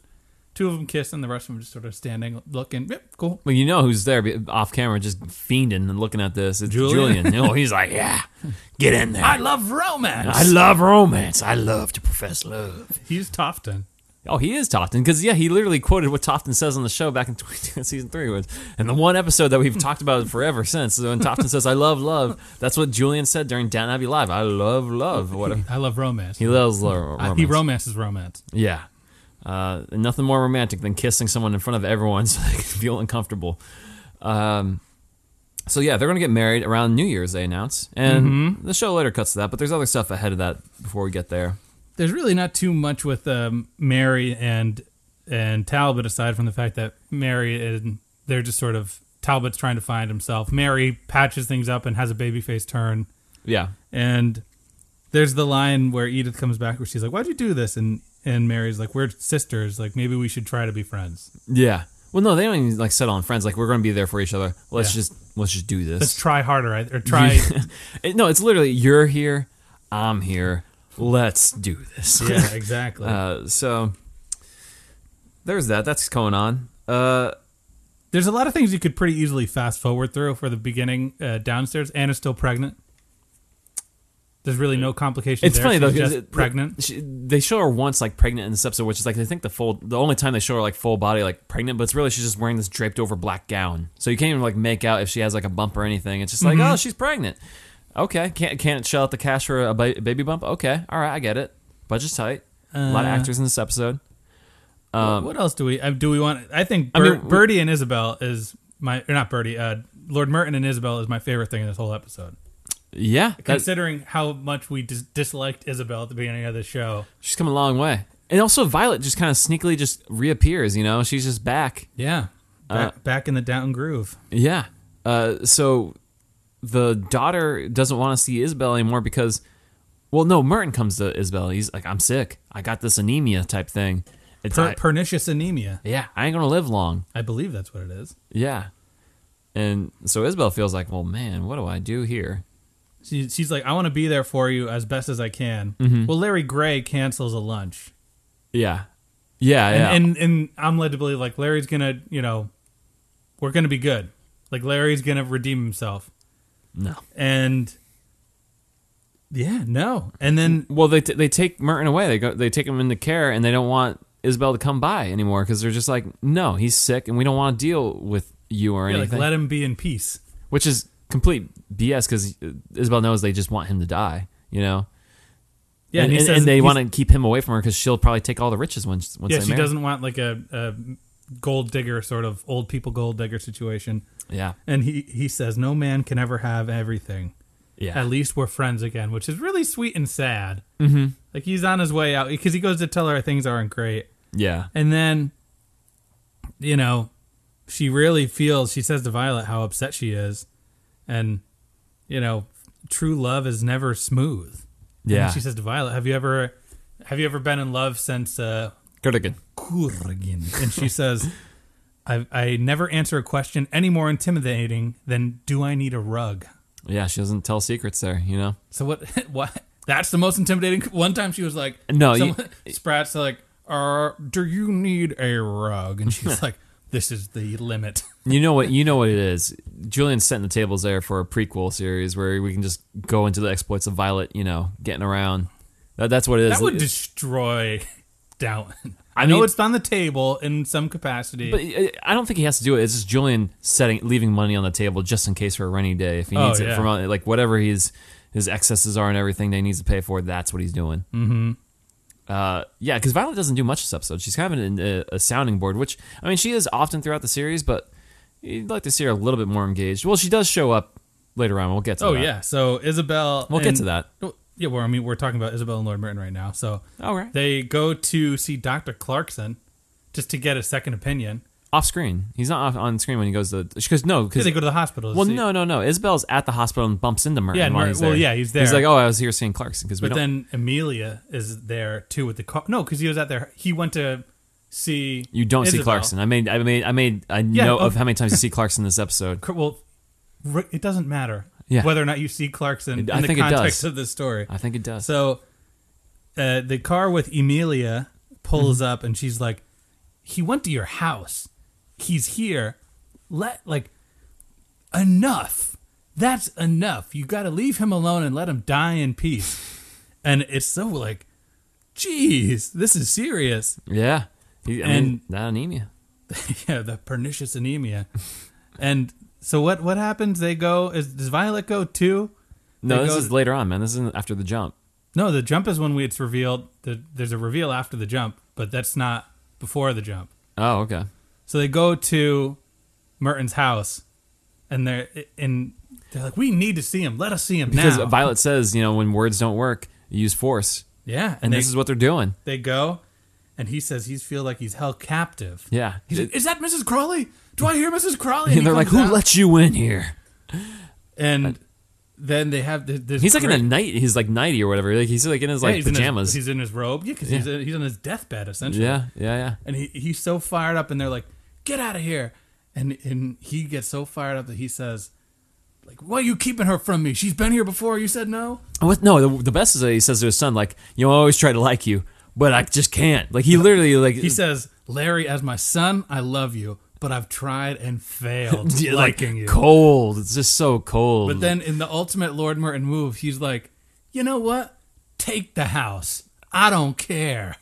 Speaker 2: two of them kissing, the rest of them just sort of standing, looking, yep, cool.
Speaker 1: Well, you know who's there be- off camera, just fiending and looking at this. It's
Speaker 2: Julian?
Speaker 1: Julian. No, he's like, yeah, get in there.
Speaker 2: I love romance.
Speaker 1: I love romance. I love to profess love.
Speaker 2: He's Tofton.
Speaker 1: Oh, he is Tofton because yeah, he literally quoted what Tofton says on the show back in 22 season three was, and the one episode that we've talked about forever since. So when Tofton says, "I love love," that's what Julian said during Down Abbey Live. I love love, or whatever.
Speaker 2: I love romance.
Speaker 1: He loves love.
Speaker 2: I-
Speaker 1: Romance.
Speaker 2: He romances romance.
Speaker 1: yeah. Uh, and nothing more romantic than kissing someone in front of everyone so they can feel uncomfortable. Um, so yeah, they're gonna get married around New Year's. They announce, and
Speaker 2: Mm-hmm.
Speaker 1: the show later cuts to that. But there's other stuff ahead of that before we get there.
Speaker 2: There's really not too much with um, Mary and and Talbot aside from the fact that Mary and they're just sort of Talbot's trying to find himself. Mary patches things up and has a babyface turn.
Speaker 1: Yeah.
Speaker 2: And there's the line where Edith comes back where she's like, "Why'd you do this?" and and Mary's like, "We're sisters. Like maybe we should try to be friends.
Speaker 1: Yeah. Well, no, they don't even like settle on friends. Like we're going to be there for each other. Let's
Speaker 2: Yeah.
Speaker 1: just let's just do
Speaker 2: Let's
Speaker 1: this.
Speaker 2: try harder I- or try."
Speaker 1: It- no, it's literally you're here, I'm here. Let's do this.
Speaker 2: yeah, exactly.
Speaker 1: Uh, so there's that. That's going on. Uh,
Speaker 2: There's a lot of things you could pretty easily fast forward through for the beginning uh, downstairs. Anna's still pregnant. There's really no complications.
Speaker 1: it's
Speaker 2: there.
Speaker 1: funny
Speaker 2: She's
Speaker 1: though. 'cause
Speaker 2: Just
Speaker 1: it-
Speaker 2: pregnant.
Speaker 1: She, they show her once like pregnant in this episode, which is like I think the full, the only time they show her like full body like pregnant, but it's really she's just wearing this draped over black gown, so you can't even like make out if she has like a bump or anything. It's just like
Speaker 2: Mm-hmm.
Speaker 1: oh she's pregnant. Okay, can't can't shell out the cash for a ba- baby bump. Okay, all right, I get it. Budget's tight. a lot of
Speaker 2: Uh,
Speaker 1: actors in this episode.
Speaker 2: what else do we? uh, Do we want? I think
Speaker 1: um, I
Speaker 2: Ber-
Speaker 1: mean, we-
Speaker 2: Birdie and Isabel is my, or not Birdie. Uh, Lord Merton and Isabel is my favorite thing in this whole episode.
Speaker 1: Yeah, that-
Speaker 2: Considering how much we dis- disliked Isabel at the beginning of the show.
Speaker 1: she's come a long way. And also Violet just kind of sneakily just reappears. You know, she's just back.
Speaker 2: Yeah.
Speaker 1: Uh,
Speaker 2: Back, back in the down groove.
Speaker 1: Yeah. Uh, so the daughter doesn't want to see Isabel anymore because, well, no, Merton comes to Isabel. He's like, I'm sick. I got this anemia type thing. It's
Speaker 2: Per-
Speaker 1: I-
Speaker 2: pernicious anemia.
Speaker 1: yeah, I ain't gonna live long.
Speaker 2: I believe that's what it is.
Speaker 1: Yeah. And so Isabel feels like, well, man, what do I do here?
Speaker 2: She, she's like, I want to be there for you as best as I can.
Speaker 1: Mm-hmm.
Speaker 2: Well, Larry Gray cancels a lunch.
Speaker 1: Yeah. Yeah.
Speaker 2: And,
Speaker 1: yeah.
Speaker 2: and and I'm led to believe like Larry's gonna, you know, we're gonna be good. Like Larry's gonna redeem himself.
Speaker 1: no.
Speaker 2: And yeah, no. And then
Speaker 1: Well, they t- they take Merton away. They go they take him into care, and they don't want Isabel to come by anymore because they're just like, no, he's sick, and we don't want to deal with you or
Speaker 2: yeah, like
Speaker 1: anything.
Speaker 2: let him be in peace.
Speaker 1: which is complete BS because Isabel knows they just want him to die, you know.
Speaker 2: Yeah,
Speaker 1: and,
Speaker 2: he
Speaker 1: and-
Speaker 2: says-
Speaker 1: and they
Speaker 2: he's-
Speaker 1: want to keep him away from her because she'll probably take all the riches once once
Speaker 2: Yeah,
Speaker 1: they
Speaker 2: she
Speaker 1: marry.
Speaker 2: doesn't want like a, a gold digger sort of old people gold digger situation.
Speaker 1: Yeah,
Speaker 2: And he he says no man can ever have everything.
Speaker 1: yeah,
Speaker 2: at least we're friends again, which is really sweet and sad. Mm-hmm. Like he's on his way out because he goes to tell her things aren't great,
Speaker 1: yeah,
Speaker 2: and then, you know, she really feels. She says to Violet how upset she is, and you know, true love is never smooth. And then
Speaker 1: yeah.
Speaker 2: she says to Violet, "Have you ever, have you ever been in love since uh,
Speaker 1: Good again.
Speaker 2: Kurgan?" And she says. I, I never answer a question any more intimidating than "Do I need a rug?"
Speaker 1: Yeah, she doesn't tell secrets there, you know.
Speaker 2: So what? What? That's the most intimidating. One time she was like,
Speaker 1: No, you-
Speaker 2: someone- Sprat's like, uh, do you need a rug? And she's like, this is the limit.
Speaker 1: You know what? You know what it is. Julian's setting the tables there for a prequel series where we can just go into the exploits of Violet, you know, getting around. That, that's what it is.
Speaker 2: That would destroy Downton.
Speaker 1: I
Speaker 2: I know
Speaker 1: mean-
Speaker 2: it's on the table in some capacity.
Speaker 1: But uh, I don't think he has to do it. It's just Julian setting, leaving money on the table just in case for a rainy day if he
Speaker 2: Oh,
Speaker 1: needs it
Speaker 2: yeah.
Speaker 1: from uh, like whatever his his excesses are and everything that he needs to pay for. That's what he's doing. Mm-hmm. Uh, yeah, because Violet doesn't do much this episode. She's kind of an, a, a sounding board, which I mean she is often throughout the series, but you'd like to see her a little bit more engaged. Well, she does show up later on. We'll get to
Speaker 2: oh
Speaker 1: that.
Speaker 2: yeah, so Isabel.
Speaker 1: We'll get
Speaker 2: and-
Speaker 1: to that.
Speaker 2: Well, Yeah, well, I mean, we're talking about Isabel and Lord Merton right now. So
Speaker 1: All right.
Speaker 2: they go to see Doctor Clarkson just to get a second opinion.
Speaker 1: Off screen. He's not off, on screen when he goes to. She goes no
Speaker 2: Yeah,
Speaker 1: because
Speaker 2: they go to the hospital. to
Speaker 1: Well,
Speaker 2: see-
Speaker 1: no, no, no. Isabel's at the hospital and bumps into Merton.
Speaker 2: Yeah, and
Speaker 1: while
Speaker 2: Mer-
Speaker 1: he's
Speaker 2: well,
Speaker 1: there.
Speaker 2: yeah, he's
Speaker 1: He's
Speaker 2: there.
Speaker 1: like, oh, I was here seeing Clarkson because we
Speaker 2: But
Speaker 1: don't.
Speaker 2: then Amelia is there too with the car. No, because he was out there. He went to see.
Speaker 1: you don't see
Speaker 2: Isabel.
Speaker 1: Clarkson. I made, I made, I made a note of
Speaker 2: okay.
Speaker 1: how many times you see Clarkson in this episode.
Speaker 2: Cr- Well, r- it doesn't matter
Speaker 1: Yeah.
Speaker 2: whether or not you see Clarkson in
Speaker 1: I
Speaker 2: the
Speaker 1: think it does.
Speaker 2: context of the story.
Speaker 1: I think it does.
Speaker 2: So uh, the car with Amelia pulls up, and she's like, "He went to your house. He's here. Let like enough. That's enough. You got to leave him alone and let him die in peace." And it's so like, "Jeez, this is serious."
Speaker 1: yeah, he, I mean,
Speaker 2: And-
Speaker 1: that anemia.
Speaker 2: yeah, the pernicious anemia. and so what what happens? They go is does Violet go too?
Speaker 1: No,
Speaker 2: They
Speaker 1: this
Speaker 2: go-
Speaker 1: is later on, man. This isn't after the jump.
Speaker 2: No, the jump is when we it's revealed that there's a reveal after the jump, but that's not before the jump.
Speaker 1: Oh, okay.
Speaker 2: So they go to Merton's house and they're and they're like, We need to see him. Let us see him
Speaker 1: Because
Speaker 2: now.
Speaker 1: Violet says, you know, when words don't work, you use force,
Speaker 2: yeah. And,
Speaker 1: and
Speaker 2: they,
Speaker 1: this is what they're doing.
Speaker 2: they go and he says he's feel like he's held captive.
Speaker 1: Yeah,
Speaker 2: He's like, Is that Mrs. Crawley? Do I hear Mrs. Crawley?
Speaker 1: and
Speaker 2: he
Speaker 1: they're like,
Speaker 2: comes
Speaker 1: who
Speaker 2: out,
Speaker 1: let you in here?
Speaker 2: and then they have th- this
Speaker 1: He's like
Speaker 2: great-
Speaker 1: in a night. He's like ninety or whatever. Like he's like in his
Speaker 2: Yeah,
Speaker 1: like
Speaker 2: he's
Speaker 1: pajamas.
Speaker 2: In his, he's in his robe. Yeah, because he's, in- he's on his deathbed essentially.
Speaker 1: yeah, yeah, yeah.
Speaker 2: And he, he's so fired up, and they're like, "Get out of here!" And and he gets so fired up that he says, "Like, why are you keeping her from me? She's been here before. You said no."
Speaker 1: What? No, the, the best is that he says to his son, like, you know, I always try to like you. but I just can't. Like he literally like
Speaker 2: He says, Larry, as my son, I love you, but I've tried and failed
Speaker 1: yeah, like
Speaker 2: liking you.
Speaker 1: cold. It's just so cold.
Speaker 2: But then in the ultimate Lord Merton move, he's like, you know what? Take the house. I don't care.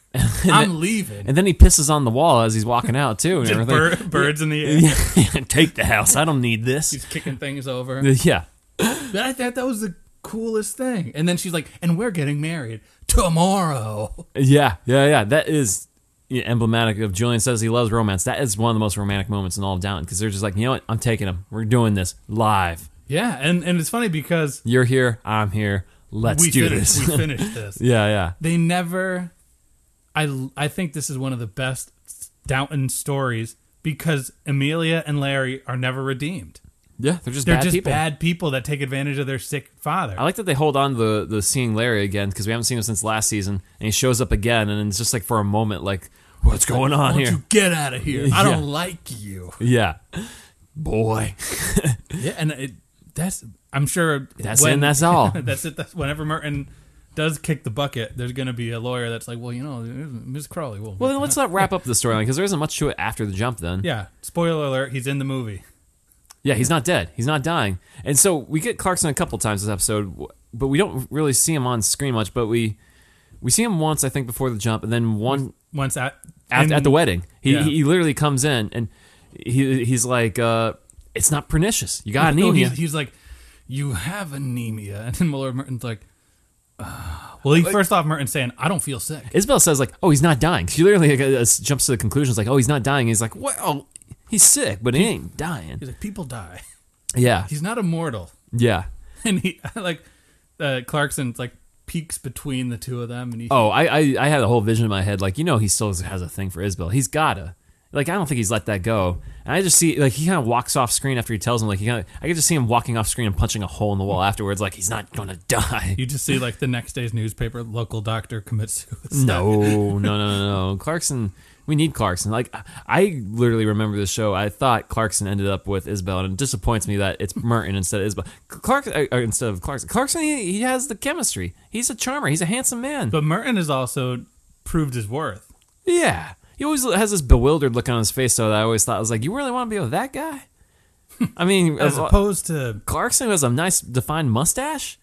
Speaker 2: I'm leaving.
Speaker 1: and then he pisses on the wall as he's walking out too, and
Speaker 2: Just
Speaker 1: everything.
Speaker 2: bir- birds in the air.
Speaker 1: Take the house. I don't need this.
Speaker 2: He's kicking things over.
Speaker 1: Yeah.
Speaker 2: But I thought that was the coolest thing. And then she's like, and we're getting married tomorrow.
Speaker 1: Yeah, yeah, yeah. That is yeah, emblematic of Julian says he loves romance. That is one of the most romantic moments in all of Downton because they're just like, you know what? I'm taking him. We're doing this live.
Speaker 2: Yeah, and, and it's funny because
Speaker 1: You're here. I'm here. Let's
Speaker 2: we
Speaker 1: do
Speaker 2: finished,
Speaker 1: this.
Speaker 2: we finished this.
Speaker 1: yeah, yeah.
Speaker 2: they never I I think this is one of the best Downton stories because Amelia and Larry are never redeemed.
Speaker 1: Yeah, they're just
Speaker 2: They're
Speaker 1: bad
Speaker 2: just
Speaker 1: people.
Speaker 2: bad people that take advantage of their sick father.
Speaker 1: I like that they hold on to the, the seeing Larry again because we haven't seen him since last season, and he shows up again, and it's just like for a moment, like, what's going
Speaker 2: Why
Speaker 1: on
Speaker 2: don't
Speaker 1: here?
Speaker 2: you get out of here? I
Speaker 1: Yeah.
Speaker 2: don't like you.
Speaker 1: Yeah, boy,
Speaker 2: Yeah, and it, that's I'm sure
Speaker 1: that's it. and That's all.
Speaker 2: that's it. That's whenever Merton does kick the bucket, there's going to be a lawyer that's like, well, you know, Ms. Crawley will.
Speaker 1: well, then let's not wrap up the storyline because there isn't much to it after the jump. Then
Speaker 2: yeah. Spoiler alert: He's in the movie.
Speaker 1: Yeah, he's not dead. He's not dying. And so we get Clarkson a couple times this episode, w- but we don't really see him on screen much. But we we see him once, I think, before the jump, and then one
Speaker 2: Once at
Speaker 1: at,
Speaker 2: and-
Speaker 1: at the wedding. He
Speaker 2: yeah.
Speaker 1: he literally comes in and he he's like, uh, "It's not pernicious. You got
Speaker 2: No,
Speaker 1: anemia."
Speaker 2: oh, he's, he's like, you have anemia, and then Willard Merton's like, "Ah." well, he first off Merton's saying, I don't feel sick.
Speaker 1: Isabel says like, "Oh, he's not dying." She literally like, uh, s- jumps to the conclusions like, "Oh, he's not dying." He's like, "Well, he's sick, but he ain't dying."
Speaker 2: He's like, people die.
Speaker 1: Yeah,
Speaker 2: He's not immortal,
Speaker 1: yeah.
Speaker 2: and he like uh, Clarkson's like peaks between the two of them, and he
Speaker 1: Oh, I, I I had a whole vision in my head like you know he still has a thing for Isabel. He's gotta like I don't think he's let that go. And I just see like he kind of walks off screen after he tells him like he kind of I could just see him walking off screen and punching a hole in the wall afterwards like he's not gonna die.
Speaker 2: you just see like the next day's newspaper, local doctor commits suicide.
Speaker 1: No, no, no, no, no. Clarkson, we need Clarkson. Like I- I literally remember the show. I thought Clarkson ended up with Isabel, and it disappoints me that it's Merton instead of Isabel. Clark uh, uh, instead of Clarkson. Clarkson, he, he has the chemistry. He's a charmer. He's a handsome man.
Speaker 2: But Merton has also proved his worth.
Speaker 1: Yeah. He always has this bewildered look on his face, though, that I always thought, I was like, you really want to be with that guy? I mean,
Speaker 2: As
Speaker 1: as well-
Speaker 2: opposed to
Speaker 1: Clarkson who has a nice defined mustache.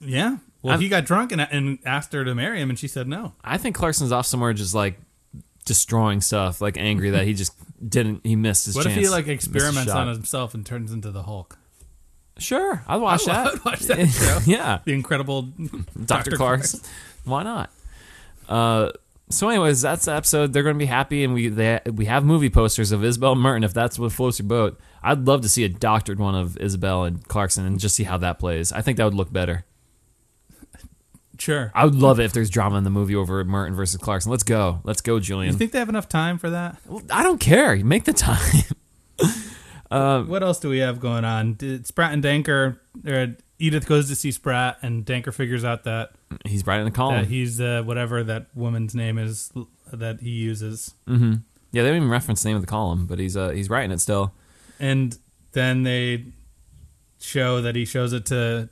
Speaker 2: yeah, well,
Speaker 1: I'm-
Speaker 2: he got drunk and, and asked her to marry him, and she said no.
Speaker 1: I think Clarkson's off somewhere just like destroying stuff, like angry that he just didn't, he missed his
Speaker 2: What
Speaker 1: chance.
Speaker 2: if he like
Speaker 1: missed his
Speaker 2: experiments
Speaker 1: shot.
Speaker 2: on himself and turns into the Hulk?
Speaker 1: Sure, I'd watch
Speaker 2: I
Speaker 1: that.
Speaker 2: would watch that show.
Speaker 1: yeah.
Speaker 2: the incredible
Speaker 1: Dr. Clarkson. Why not? Uh, so, anyways, that's the episode. They're going to be happy, and we they, we have movie posters of Isabel and Merton if that's what floats your boat. I'd love to see a doctored one of Isabel and Clarkson and just see how that plays. I think that would look better.
Speaker 2: Sure.
Speaker 1: I would love it if there's drama in the movie over Merton versus Clarkson. Let's go. Let's go,
Speaker 2: You
Speaker 1: Julian.
Speaker 2: think they have enough time for that?
Speaker 1: Well, I don't care. You Make the time. Uh,
Speaker 2: what else do we have going on? Did Spratt and Danker, or Edith goes to see Spratt, and Danker figures out that,
Speaker 1: He's right in the column.
Speaker 2: that he's uh, whatever that woman's name is l- that he uses.
Speaker 1: yeah, they don't even reference the name of the column, but he's uh, he's writing it still.
Speaker 2: And then they show that he shows it to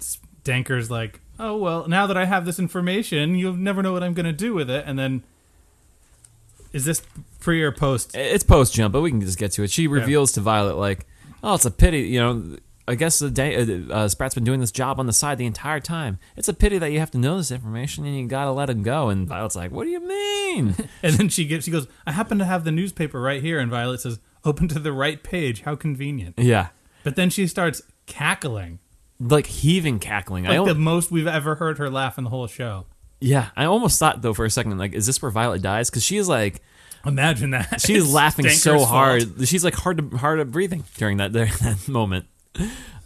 Speaker 2: S- Danker's like, oh, well, now that I have this information, you'll never know what I'm going to do with it. And then, is this pre or post?
Speaker 1: It's post jump, but we can just get to it. She reveals to Violet like, "Oh, it's a pity, you know. I guess the day uh, uh, Sprat's been doing this job on the side the entire time. It's a pity that you have to know this information and you gotta let him go." And Violet's like, "What do you mean?"
Speaker 2: And then she gets, she goes, I happen to have the newspaper right here. And Violet says, open to the right page. How convenient.
Speaker 1: yeah,
Speaker 2: But then she starts cackling.
Speaker 1: like heaving, cackling. I
Speaker 2: Like
Speaker 1: al-
Speaker 2: the most we've ever heard her laugh in the whole show.
Speaker 1: yeah, I almost thought though for a second, like, is this where Violet dies? Because she's like,
Speaker 2: Imagine that.
Speaker 1: she's
Speaker 2: It's
Speaker 1: laughing
Speaker 2: Danker's
Speaker 1: so
Speaker 2: fault.
Speaker 1: hard. She's like hard to hard at breathing during that during that moment.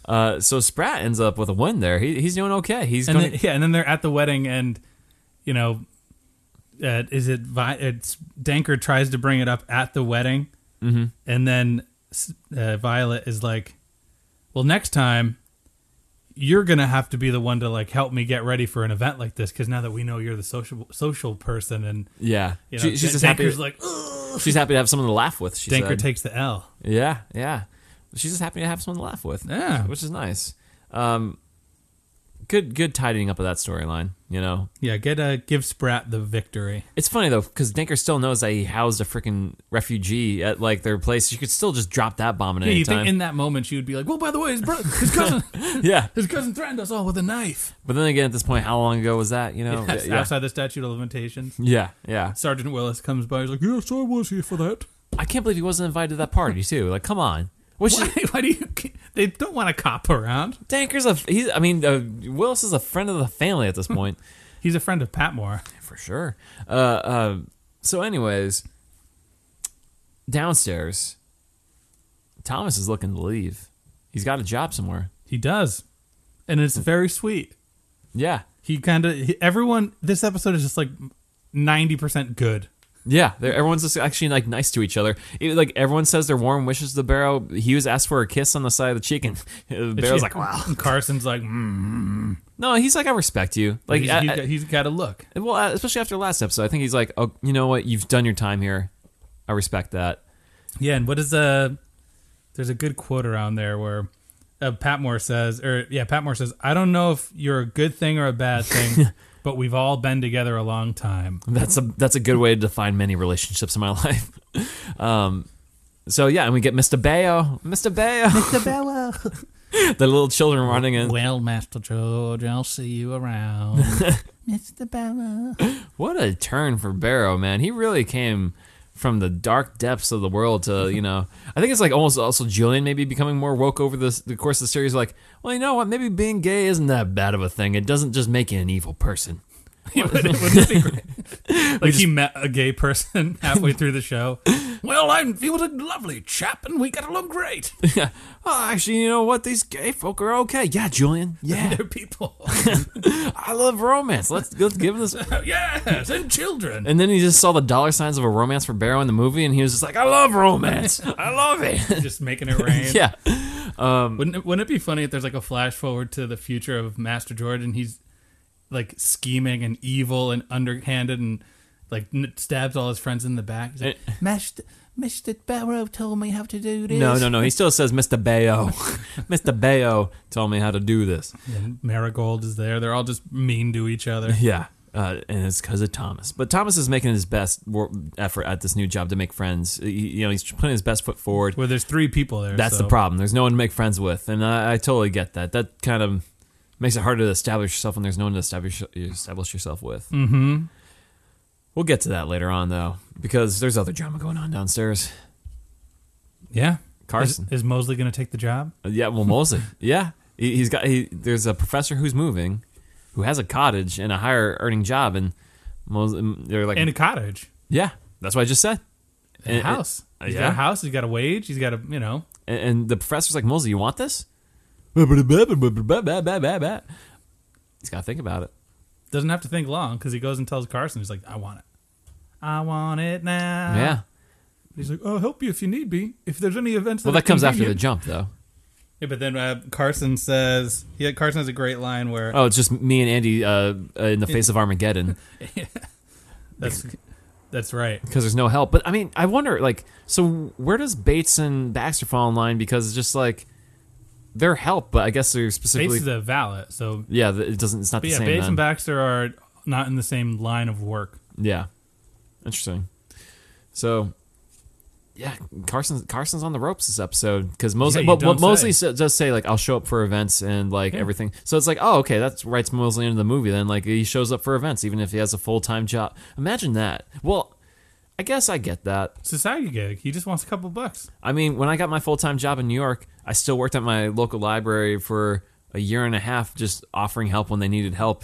Speaker 1: Uh, so Sprat ends up with a win there. He, he's doing okay. He's
Speaker 2: And
Speaker 1: going
Speaker 2: then, yeah, and then they're at the wedding, and you know, uh, is it? Vi- It's Danker tries to bring it up at the wedding, mm-hmm. and then s- uh, Violet is like, "Well, next time." You're gonna have to be the one to like help me get ready for an event like this because now that we know you're the social social person and
Speaker 1: yeah.
Speaker 2: you know
Speaker 1: She- she's just happy.
Speaker 2: Danker's like "Ugh."
Speaker 1: She's happy to have someone to laugh with. She
Speaker 2: Danker
Speaker 1: said.
Speaker 2: takes the L.
Speaker 1: yeah, yeah. She's just happy to have someone to laugh with.
Speaker 2: Yeah.
Speaker 1: which is nice. Um, good good tidying up of that storyline. You know,
Speaker 2: Yeah, get a give Sprat the victory.
Speaker 1: it's funny though because Dinker still knows that he housed a freaking refugee at like their place. You could still just drop that bomb at
Speaker 2: Yeah,
Speaker 1: any
Speaker 2: you think
Speaker 1: time.
Speaker 2: in that moment she would be like, "Well, by the way, his brother, his cousin,
Speaker 1: yeah,
Speaker 2: his cousin threatened us all with a knife."
Speaker 1: but then again, at this point, how long ago was that? You know,
Speaker 2: That's
Speaker 1: Oh, yeah,
Speaker 2: outside the statute of limitations.
Speaker 1: yeah, yeah.
Speaker 2: Sergeant Willis comes by. He's like, "Yes, I was here for that."
Speaker 1: I can't believe he wasn't invited to that party too. Like, come on. Which
Speaker 2: Why,
Speaker 1: is,
Speaker 2: why do you? They don't want a cop around.
Speaker 1: Danker's a he's. I mean, uh, Willis is a friend of the family at this point.
Speaker 2: He's a friend of Patmore.
Speaker 1: for sure. Uh, uh, so, anyways, downstairs, Thomas is looking to leave. He's got a job somewhere.
Speaker 2: He does, and it's very sweet.
Speaker 1: Yeah,
Speaker 2: He kind of everyone. This episode is just like ninety percent good.
Speaker 1: yeah. They're, everyone's just actually like nice to each other. It- like everyone says their warm wishes to the Barrow. He was asked for a kiss on the side of the cheek, and the Barrow's like, "Wow."
Speaker 2: And Carson's like, mm.
Speaker 1: No, he's like, "I respect you." Like,
Speaker 2: he's,
Speaker 1: I-
Speaker 2: he's
Speaker 1: I-
Speaker 2: got- he's got a look.
Speaker 1: Well, uh, especially after last episode, I think he's like, "Oh, you know what? You've done your time here. I respect that."
Speaker 2: Yeah, and what is a? There's a good quote around there where uh, Patmore says, or yeah, Patmore says, "I don't know if you're a good thing or a bad thing, but we've all been together a long time."
Speaker 1: That's a that's a good way to define many relationships in my life. Um, so yeah, and we get Mr. Bayo, Mr. Bayo,
Speaker 2: Isabella.
Speaker 1: the little children running in.
Speaker 2: Well, Master George, I'll see you around, Mr. Bella.
Speaker 1: What a turn for Barrow, man! He really came from the dark depths of the world to you know. I think it's like almost also Julian maybe becoming more woke over this, the course of the series. Like, well, you know what? Maybe being gay isn't that bad of a thing. It doesn't just make you an evil person.
Speaker 2: like he met a gay person halfway through the show. well, I he was a lovely chap, and we got along great.
Speaker 1: oh, actually, you know what? These gay folk are okay. Yeah, Julian. Yeah,
Speaker 2: They're people.
Speaker 1: I love romance. Let's let's give this
Speaker 2: yes, and children.
Speaker 1: And then he just saw the dollar signs of a romance for Barrow in the movie, and he was just like, "I love romance. I love it."
Speaker 2: Just making it rain.
Speaker 1: yeah,
Speaker 2: Wouldn't it, wouldn't it be funny if there's like a flash forward to the future of Master George and he's like scheming and evil and underhanded and like n- stabs all his friends in the back. He's like,
Speaker 1: Eh.
Speaker 2: Master Mister Barrow told me how to do this.
Speaker 1: no, no, no. He still says, "Mr. Bayo, Mr. Bayo, told me how to do this."
Speaker 2: And Marigold is there. They're all just mean to each other.
Speaker 1: Yeah, uh, and it's because of Thomas. But Thomas is making his best wor- effort at this new job to make friends. He- you know, he's putting his best foot forward.
Speaker 2: Well, there's three people there.
Speaker 1: That's the
Speaker 2: so-
Speaker 1: problem. There's no one to make friends with, and I, I totally get that. That kind of makes it harder to establish yourself when there's no one to establish establish yourself with. Mm-hmm. We'll get to that later on, though, because there's other drama going on downstairs.
Speaker 2: Yeah.
Speaker 1: Carson.
Speaker 2: Is, is Mosley going to take the job?
Speaker 1: Uh, Yeah, well, mostly, yeah, he, he's got. He, there's a professor who's moving, who has a cottage and a higher earning job, and most, um, they're like,
Speaker 2: In a cottage.
Speaker 1: yeah, that's what I just said.
Speaker 2: In
Speaker 1: And-
Speaker 2: a house.
Speaker 1: uh,
Speaker 2: He's
Speaker 1: yeah.
Speaker 2: got a house. He's got a wage. He's got a, you know.
Speaker 1: And, and the professor's like, Mosey, you want this? He's got to think about it.
Speaker 2: doesn't have to think long because he goes and tells Carson, he's like, I want it. I want it now.
Speaker 1: Yeah.
Speaker 2: He's like, I'll help you if you need be. If there's any events.
Speaker 1: Well,
Speaker 2: are
Speaker 1: that comes after the
Speaker 2: convenient."
Speaker 1: jump, though.
Speaker 2: Yeah, but then uh, Carson says, yeah, Carson has a great line where
Speaker 1: Oh, it's just me and Andy uh, uh, in the face of Armageddon
Speaker 2: that's that's right.
Speaker 1: because there's no help. But I mean, I wonder, like, so where does Bates and Baxter fall in line? Because it's just like their help, but I guess they're
Speaker 2: Bates
Speaker 1: specifically,
Speaker 2: is a valet, so
Speaker 1: yeah, th- it doesn't. It's not
Speaker 2: but
Speaker 1: the
Speaker 2: yeah,
Speaker 1: same.
Speaker 2: Bates and
Speaker 1: then.
Speaker 2: Baxter are not in the same line of work.
Speaker 1: yeah, interesting. So. Yeah, Carson's Carson's on the ropes this episode because Mosley,
Speaker 2: you
Speaker 1: but, but
Speaker 2: don't
Speaker 1: Mosley
Speaker 2: say.
Speaker 1: s- does say like I'll show up for events and like
Speaker 2: Yeah.
Speaker 1: everything. So it's like, oh, okay, that's writes Mosley into the movie. Then like he shows up for events even if he has a full time job. Imagine that. Well, I guess I get that.
Speaker 2: Society gig. He just wants a couple bucks.
Speaker 1: I mean, when I got my full time job in New York, I still worked at my local library for a year and a half, just offering help when they needed help,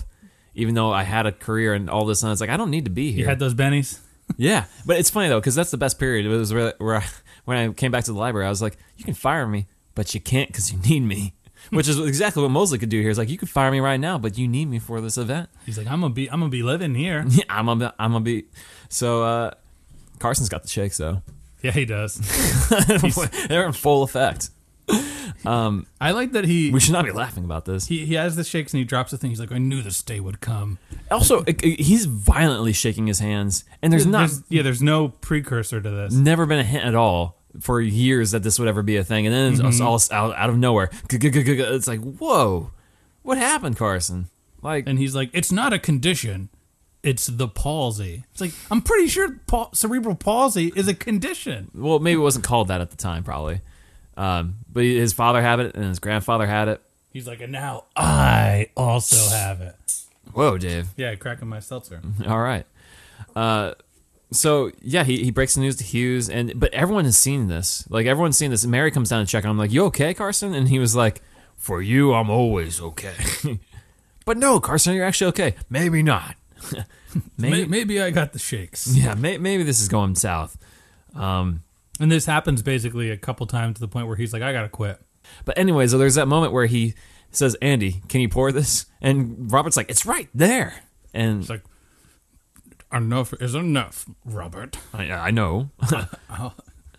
Speaker 1: even though I had a career and all this. And I was like, I don't need to be
Speaker 2: You
Speaker 1: here.
Speaker 2: had those bennies.
Speaker 1: yeah, but it's funny though, because that's the best period. It was where, where I, when I came back to the library, I was like, you can fire me, but you can't because you need me. Which is exactly what Mosley could do here. Is like you could fire me right now, but you need me for this event.
Speaker 2: He's like, I'm gonna be, I'm gonna be living here.
Speaker 1: I'm a, I'm a be. So uh, Carson's got the shakes though.
Speaker 2: yeah, he does.
Speaker 1: They're in full effect.
Speaker 2: I like that he
Speaker 1: We should not be laughing about this.
Speaker 2: he he has the shakes and he drops the thing. He's like, I knew this day would come.
Speaker 1: Also, i- i- he's violently shaking his hands, and there's not
Speaker 2: yeah, there's no precursor to this.
Speaker 1: never been a hint at all for years that this would ever be a thing, and then it's all out, out of nowhere. It's like whoa, What happened, Carson? Like,
Speaker 2: And he's like, it's not a condition. It's the palsy. It's like, I'm pretty sure pa- cerebral palsy is a condition.
Speaker 1: well, maybe it wasn't called that at the time, probably. Um, but he- his father had it, and his grandfather had it.
Speaker 2: He's like, and now I also have it.
Speaker 1: Whoa, Dave.
Speaker 2: Yeah, cracking my seltzer.
Speaker 1: All right. Uh, so yeah, he, he breaks the news to Hughes, and but everyone has seen this. Like everyone's seen this. Mary comes down to check on him. Like, you okay, Carson? And he was like, "For you, I'm always okay." but no, Carson, you're actually okay. Maybe not. maybe,
Speaker 2: Maybe, maybe I got the shakes.
Speaker 1: yeah, may, maybe this is going south. Um,
Speaker 2: And this happens basically a couple times to the point where he's like, I gotta quit.
Speaker 1: but anyway, so there's that moment where he says, "Andy, can you pour this?" And Robert's like, "It's right there." And
Speaker 2: It's like, enough is enough, Robert.
Speaker 1: I, I know,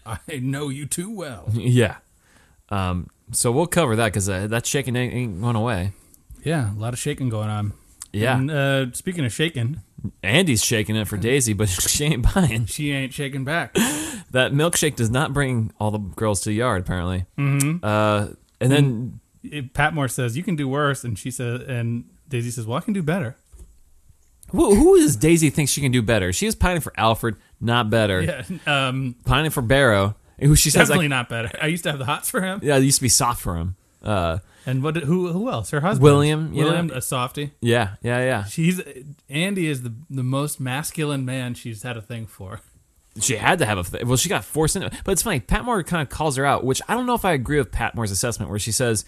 Speaker 2: I know you too well.
Speaker 1: yeah. Um, so we'll cover that because uh, that shaking ain't, ain't going away.
Speaker 2: Yeah, a lot of shaking going on.
Speaker 1: Yeah.
Speaker 2: And, uh, speaking of shaking,
Speaker 1: Andy's shaking it for Daisy, but she ain't buying.
Speaker 2: she ain't shaking back.
Speaker 1: That milkshake does not bring all the girls to the yard, apparently. Mm-hmm. Uh, and then,
Speaker 2: It- Patmore says you can do worse, and she says, and Daisy says, well, I can do better.
Speaker 1: who, who is Daisy thinks she can do better? She is pining for Alfred, not better.
Speaker 2: Yeah, um,
Speaker 1: Pining for Barrow, who she says,
Speaker 2: definitely
Speaker 1: like,
Speaker 2: not better. I used to have the hots for him.
Speaker 1: yeah, it used to be soft for him. Uh,
Speaker 2: And what? Who? Who else? Her husband,
Speaker 1: William, you
Speaker 2: William,
Speaker 1: know?
Speaker 2: a softy.
Speaker 1: yeah, yeah, yeah.
Speaker 2: She's Andy is the the most masculine man she's had a thing
Speaker 1: Oh,
Speaker 2: for.
Speaker 1: She had to have a, th- well, she got forced into it. But it's funny, Patmore kind of calls her out, which I don't know if I agree with Patmore's assessment, where she says,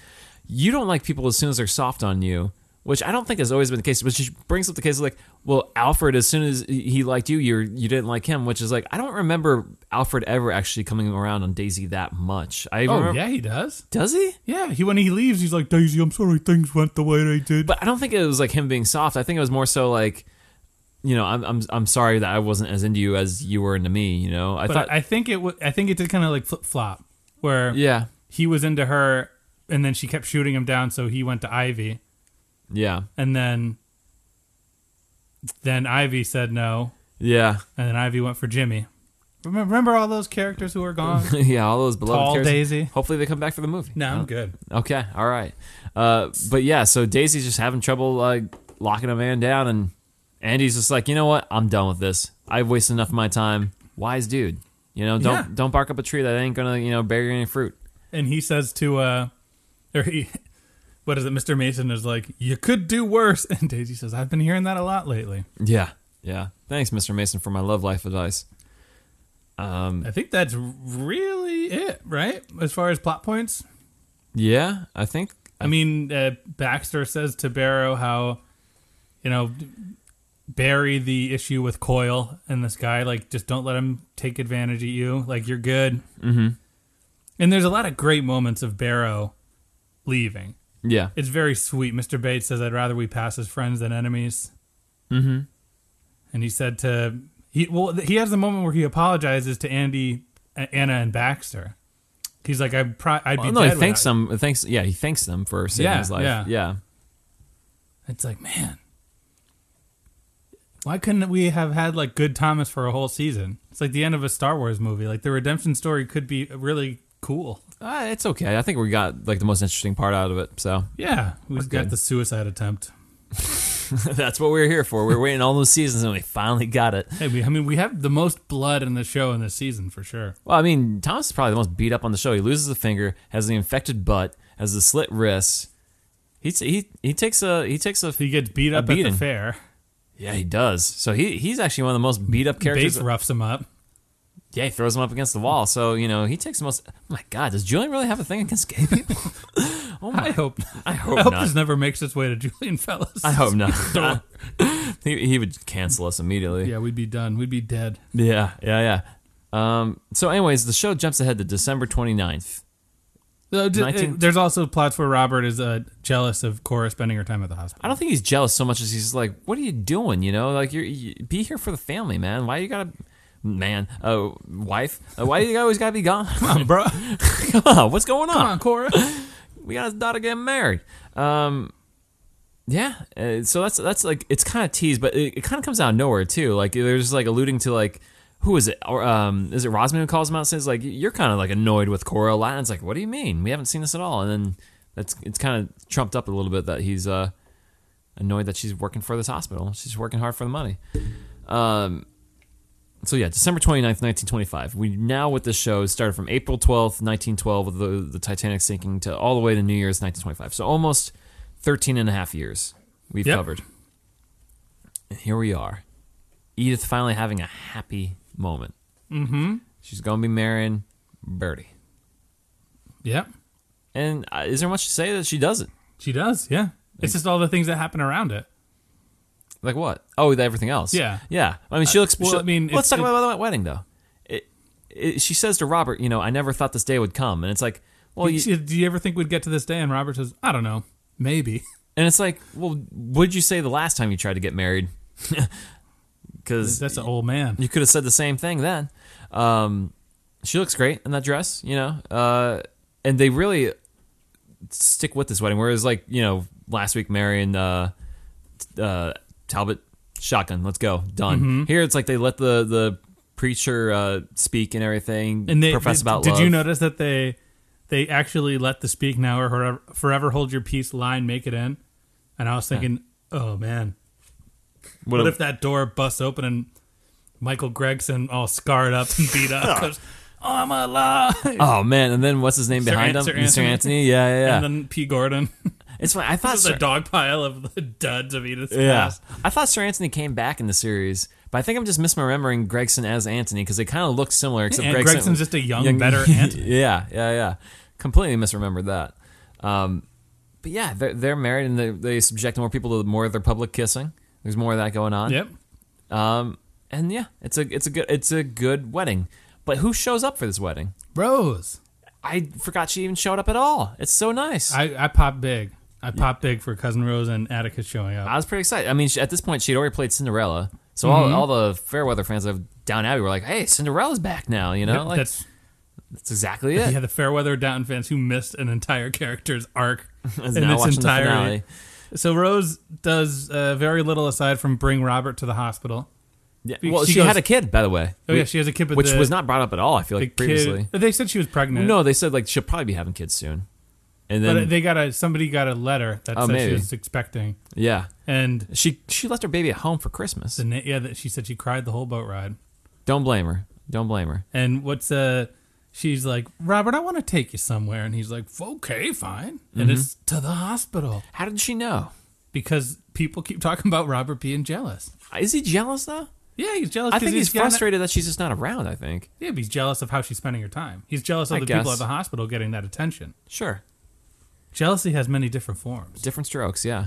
Speaker 1: you don't like people as soon as they're soft on you. Which I don't think has always been the case, but she brings up the case of like, well, Alfred, as soon as he liked you, you you didn't like him, which is like I don't remember Alfred ever actually coming around on Daisy that much. I
Speaker 2: Oh
Speaker 1: remember,
Speaker 2: yeah, he does.
Speaker 1: does he?
Speaker 2: Yeah, he when he leaves, he's like Daisy. I'm sorry, things went the way they did.
Speaker 1: But I don't think it was like him being soft. I think it was more so like, you know, I'm I'm I'm sorry that I wasn't as into you as you were into me. You know, I
Speaker 2: but
Speaker 1: thought,
Speaker 2: I think it. wa- I think it did kind of like flip flop, where
Speaker 1: yeah,
Speaker 2: he was into her, and then she kept shooting him down, so he went to Ivy,
Speaker 1: yeah,
Speaker 2: and then then Ivy said no,
Speaker 1: yeah,
Speaker 2: and then Ivy went for Jimmy. Remember, remember all those characters who are gone?
Speaker 1: yeah. All those beloved
Speaker 2: Tall
Speaker 1: characters.
Speaker 2: Daisy.
Speaker 1: Hopefully they come back for the movie.
Speaker 2: No, I'm good.
Speaker 1: Okay, all right. Uh, but yeah, so Daisy's just having trouble like locking a man down, and Andy's just like, you know what? I'm done with this. I've wasted enough of my time. Wise dude, you know, don't
Speaker 2: Yeah.
Speaker 1: don't bark up a tree that ain't gonna you know bear you any fruit.
Speaker 2: And he says to uh, or he, what is it? Mr. Mason is like, you could do worse, and Daisy says, I've been hearing that a lot lately.
Speaker 1: Yeah, yeah. Thanks, Mr. Mason, for my love life advice. Um,
Speaker 2: I think that's really it, right? As far as plot points,
Speaker 1: yeah, I think.
Speaker 2: I mean, uh, Baxter says to Barrow how, you know, bury the issue with Coil and this guy. Like, just don't let him take advantage of you. Like, you're good. Mm-hmm. And there's a lot of great moments of Barrow leaving.
Speaker 1: Yeah,
Speaker 2: It's very sweet. Mr. Bates says, I'd rather we pass as friends than enemies. Mm-hmm. And he said to, he well, he has the moment where he apologizes to Andy, Anna, and Baxter. He's like, I'd, pro- I'd be
Speaker 1: well, no, he
Speaker 2: dead without
Speaker 1: thanks them. Thanks, yeah, he thanks them for saving
Speaker 2: Yeah,
Speaker 1: his life.
Speaker 2: yeah.
Speaker 1: yeah.
Speaker 2: It's like, man, why couldn't we have had like good Thomas for a whole season? It's like the end of a Star Wars movie. Like the redemption story could be really cool.
Speaker 1: Uh, it's okay. I think we got like the most interesting part out of it. So
Speaker 2: Yeah, we've got
Speaker 1: good.
Speaker 2: the suicide attempt.
Speaker 1: That's what we were here for. We were waiting all those seasons and we finally got it.
Speaker 2: Hey, we, I mean, we have the most blood in the show in this season for sure.
Speaker 1: Well, I mean, Thomas is probably the most beat up on the show. He loses a finger, has the infected butt, has the slit wrists. He he he takes a he takes a
Speaker 2: He gets beat
Speaker 1: A
Speaker 2: up at the
Speaker 1: beating.
Speaker 2: fair.
Speaker 1: yeah he does. So he he's actually one of the most beat up characters.
Speaker 2: Bates roughs him up.
Speaker 1: Yeah, he throws him up against the wall. So you know he takes the most. Oh my God, does Julian really have a thing against gay people? oh my,
Speaker 2: I hope.
Speaker 1: I hope,
Speaker 2: I hope
Speaker 1: not.
Speaker 2: this never makes its way to Julian Fellows.
Speaker 1: I hope not. he he would cancel us immediately.
Speaker 2: Yeah, we'd be done. We'd be dead.
Speaker 1: Yeah, yeah, yeah. Um, so, anyways, the show jumps ahead to December 29th.
Speaker 2: So, Uh, d-
Speaker 1: 19th.
Speaker 2: there's also plots where Robert is uh, jealous of Cora spending her time at the hospital.
Speaker 1: I don't think he's jealous so much as he's like, "What are you doing? You know, like you're, you be here for the family, man. Why you gotta, man, uh, wife? Uh, why you always gotta be gone? Come on, bro. Come on, what's going on?
Speaker 2: Come on, Cora.
Speaker 1: We got his daughter getting married. Um, yeah. Uh, so that's that's like it's kind of teased, but it, it kind of comes out of nowhere too. Like they're just like alluding to like. Who is it? Or um, is it Rosman who calls him out? And says like, "You're kind of like annoyed with Cora a lot." And it's like, "What do you mean? We haven't seen this at all." And then that's it's kind of trumped up a little bit that he's uh, annoyed that she's working for this hospital. She's working hard for the money. Um, so yeah, December 29th, 1925. We now with this show it started from April 12th, 1912 with the, the Titanic sinking to all the way to New Year's 1925. So almost 13 and a half years we've
Speaker 2: Yep.
Speaker 1: covered. And here we are. Edith finally having a happy moment.
Speaker 2: Mm-hmm.
Speaker 1: She's going to be marrying Bertie.
Speaker 2: Yep.
Speaker 1: And uh, is there much to say that she doesn't?
Speaker 2: She does. Yeah. It's just all the things that happen around it.
Speaker 1: Like what? Oh, with everything else.
Speaker 2: Yeah. Uh,
Speaker 1: yeah. I mean, she looks.
Speaker 2: well,
Speaker 1: she-
Speaker 2: I mean,
Speaker 1: let's
Speaker 2: it's-
Speaker 1: talk about the wedding though. It, it, she says to Robert, "You know, I never thought this day would come," and it's like, well, you,
Speaker 2: She- do you ever think we'd get to this day? And Robert says, I don't know. Maybe.
Speaker 1: and it's like, well, would you say the last time you tried to get married? Because
Speaker 2: That's an old man.
Speaker 1: you could have said the same thing then. Um, she looks great in that dress, you know. Uh, and they really stick with this wedding. Whereas, like you know, last week Mary and uh, uh, Talbot shotgun, let's go, done.
Speaker 2: Mm-hmm.
Speaker 1: Here it's like they let the the preacher uh, speak and everything,
Speaker 2: And they
Speaker 1: profess
Speaker 2: did,
Speaker 1: about
Speaker 2: Did
Speaker 1: love.
Speaker 2: you notice that they they actually let the speak now or forever, forever hold your peace line make it in? And I was thinking, oh man,
Speaker 1: What
Speaker 2: what,
Speaker 1: a-
Speaker 2: if that door busts open and Michael Gregson all scarred up and beat up goes, oh, I'm alive.
Speaker 1: Oh man! And then what's his name
Speaker 2: Sir
Speaker 1: behind
Speaker 2: An-
Speaker 1: him?
Speaker 2: Sir
Speaker 1: Mr.
Speaker 2: Anthony.
Speaker 1: Anthony. Yeah, yeah, yeah.
Speaker 2: And then P. Gordon.
Speaker 1: it's funny. I thought
Speaker 2: That's
Speaker 1: Sir,
Speaker 2: the dog pile of the duds of Edith's
Speaker 1: Yeah.
Speaker 2: past.
Speaker 1: I thought Sir Anthony came back in the series, but I think I'm just misremembering Gregson as Anthony because they kind of look similar. Except
Speaker 2: And
Speaker 1: Gregson,
Speaker 2: Gregson's just a young, better Anthony.
Speaker 1: yeah, yeah, yeah. Completely misremembered that. Um, but yeah, they're, they're married and they, they subject more people to more of their public kissing. There's more of that going on.
Speaker 2: Yep.
Speaker 1: Um, and yeah, it's a it's a good it's a good wedding. But who shows up for this wedding?
Speaker 2: Rose.
Speaker 1: I forgot she even showed up at all. It's so nice.
Speaker 2: I, I pop big. I pop big for Cousin Rose and Atticus showing up.
Speaker 1: I was pretty excited. I mean, she, at this point, she'd already played Cinderella, so
Speaker 2: Mm-hmm.
Speaker 1: all, all the Fairweather fans of Down Abbey were like, "Hey, Cinderella's back now!" You know, like that's,
Speaker 2: That's
Speaker 1: exactly it.
Speaker 2: yeah, the Fairweather Downton fans who missed an entire character's arc
Speaker 1: Is
Speaker 2: in
Speaker 1: now
Speaker 2: its
Speaker 1: watching the
Speaker 2: entirety.
Speaker 1: finale.
Speaker 2: so Rose does uh, very little aside from bring Robert to the hospital.
Speaker 1: Yeah.
Speaker 2: Be-
Speaker 1: Well, she,
Speaker 2: she goes-
Speaker 1: had a kid, by the way.
Speaker 2: Oh yeah, she has a kid, but
Speaker 1: which
Speaker 2: the,
Speaker 1: was not brought up at all. I feel
Speaker 2: the
Speaker 1: like previously.
Speaker 2: Kid, Uh, they said she was pregnant.
Speaker 1: No, they said like she'll probably be having kids soon, and
Speaker 2: but uh,
Speaker 1: then
Speaker 2: they got a somebody got a letter that
Speaker 1: Oh,
Speaker 2: said
Speaker 1: maybe.
Speaker 2: she was expecting,
Speaker 1: yeah,
Speaker 2: and
Speaker 1: she she left her baby at home for Christmas.
Speaker 2: the, na- yeah, that she said she cried the whole boat ride.
Speaker 1: Don't blame her. Don't blame her.
Speaker 2: And what's uh she's like, Robert, I want to take you somewhere, and he's like, okay, fine, and
Speaker 1: Mm-hmm.
Speaker 2: it's to the hospital
Speaker 1: How did she know?
Speaker 2: because people keep talking about Robert being jealous.
Speaker 1: Is he jealous though?
Speaker 2: Yeah, he's jealous.
Speaker 1: I
Speaker 2: 'cause
Speaker 1: think he's,
Speaker 2: gotten-
Speaker 1: frustrated that she's just not around. I think.
Speaker 2: Yeah, but he's jealous of how she's spending her time. He's jealous of
Speaker 1: I
Speaker 2: the people
Speaker 1: guess.
Speaker 2: at the hospital getting that attention.
Speaker 1: Sure.
Speaker 2: Jealousy has many different forms.
Speaker 1: Different strokes. Yeah.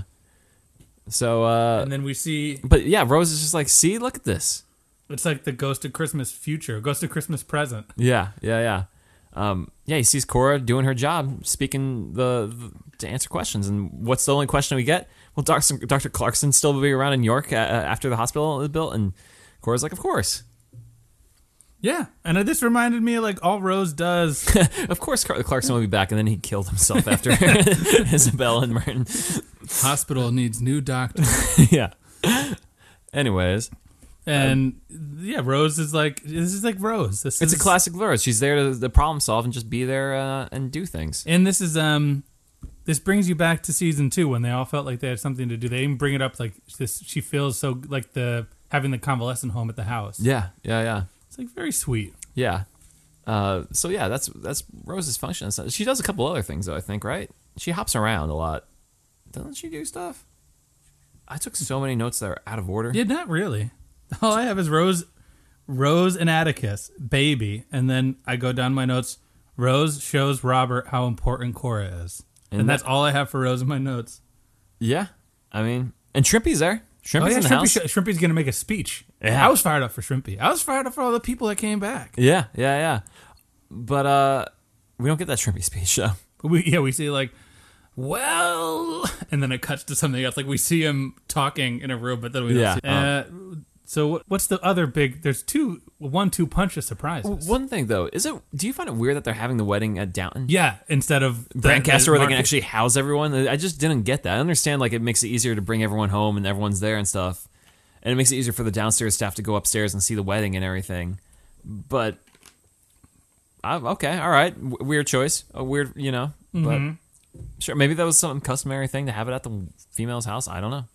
Speaker 1: So. uh
Speaker 2: And then we see
Speaker 1: But yeah, Rose is just like, see, look at this.
Speaker 2: it's like the Ghost of Christmas Future, Ghost of Christmas Present.
Speaker 1: Yeah, yeah, yeah. Um, yeah, he sees Cora doing her job, speaking the, the to answer questions. And what's the only question we get? Well, Dr. Dr. Clarkson still will be around in York uh, uh, after the hospital is built, and Cora's like, of course,
Speaker 2: Yeah, and this reminded me of like all Rose does.
Speaker 1: of course, Car- Clarkson will be back. And then he killed himself after Isabel and Martin.
Speaker 2: hospital needs new doctors.
Speaker 1: yeah. Anyways,
Speaker 2: And yeah, Rose is like this is like Rose. This
Speaker 1: it's
Speaker 2: is
Speaker 1: a classic Rose. She's there to, to problem solve and just be there uh, and do things.
Speaker 2: And this is um this brings you back to season two when they all felt like they had something to do. They even bring it up like this she feels so like the having the convalescent home at the house.
Speaker 1: Yeah, yeah, yeah.
Speaker 2: It's like very sweet.
Speaker 1: Yeah. Uh, so yeah, that's that's Rose's function. So She does a couple other things though, I think, right? She hops around a lot. Doesn't she do stuff? I took so many notes that are out of order.
Speaker 2: Yeah, not really. All I have is Rose, Rose and Atticus, baby, and then I go down my notes. Rose shows Robert how important Cora is, and,
Speaker 1: And
Speaker 2: that's all I have for Rose in my notes.
Speaker 1: Yeah. I mean, and Shrimpy's there. Shrimpy's in the house.
Speaker 2: Oh, Shrimpy, sho- Shrimpy's gonna make a speech.
Speaker 1: Yeah.
Speaker 2: I was fired up for Shrimpy. I was fired up for all the people that came back.
Speaker 1: yeah, yeah, yeah. But uh, we don't get that Shrimpy speech though.
Speaker 2: But we yeah we see like, well, and then it cuts to something else. Like we see him talking in a room, but then we
Speaker 1: Yeah. Uh-huh.
Speaker 2: don't see. Uh, so what- what's the other big? There's two one two punch of surprises.
Speaker 1: One thing though, is it? Do you find it weird that they're having the wedding at Downton?
Speaker 2: Yeah, instead of the-
Speaker 1: Brancaster
Speaker 2: the
Speaker 1: where they can
Speaker 2: market-
Speaker 1: actually house everyone. I just didn't get that. I understand like it makes it easier to bring everyone home and everyone's there and stuff, and it makes it easier for the downstairs staff to go upstairs and see the wedding and everything. But I, okay, all right, w- weird choice, a weird, you know, Sure, maybe that was some customary thing to have it at the female's house. I don't know.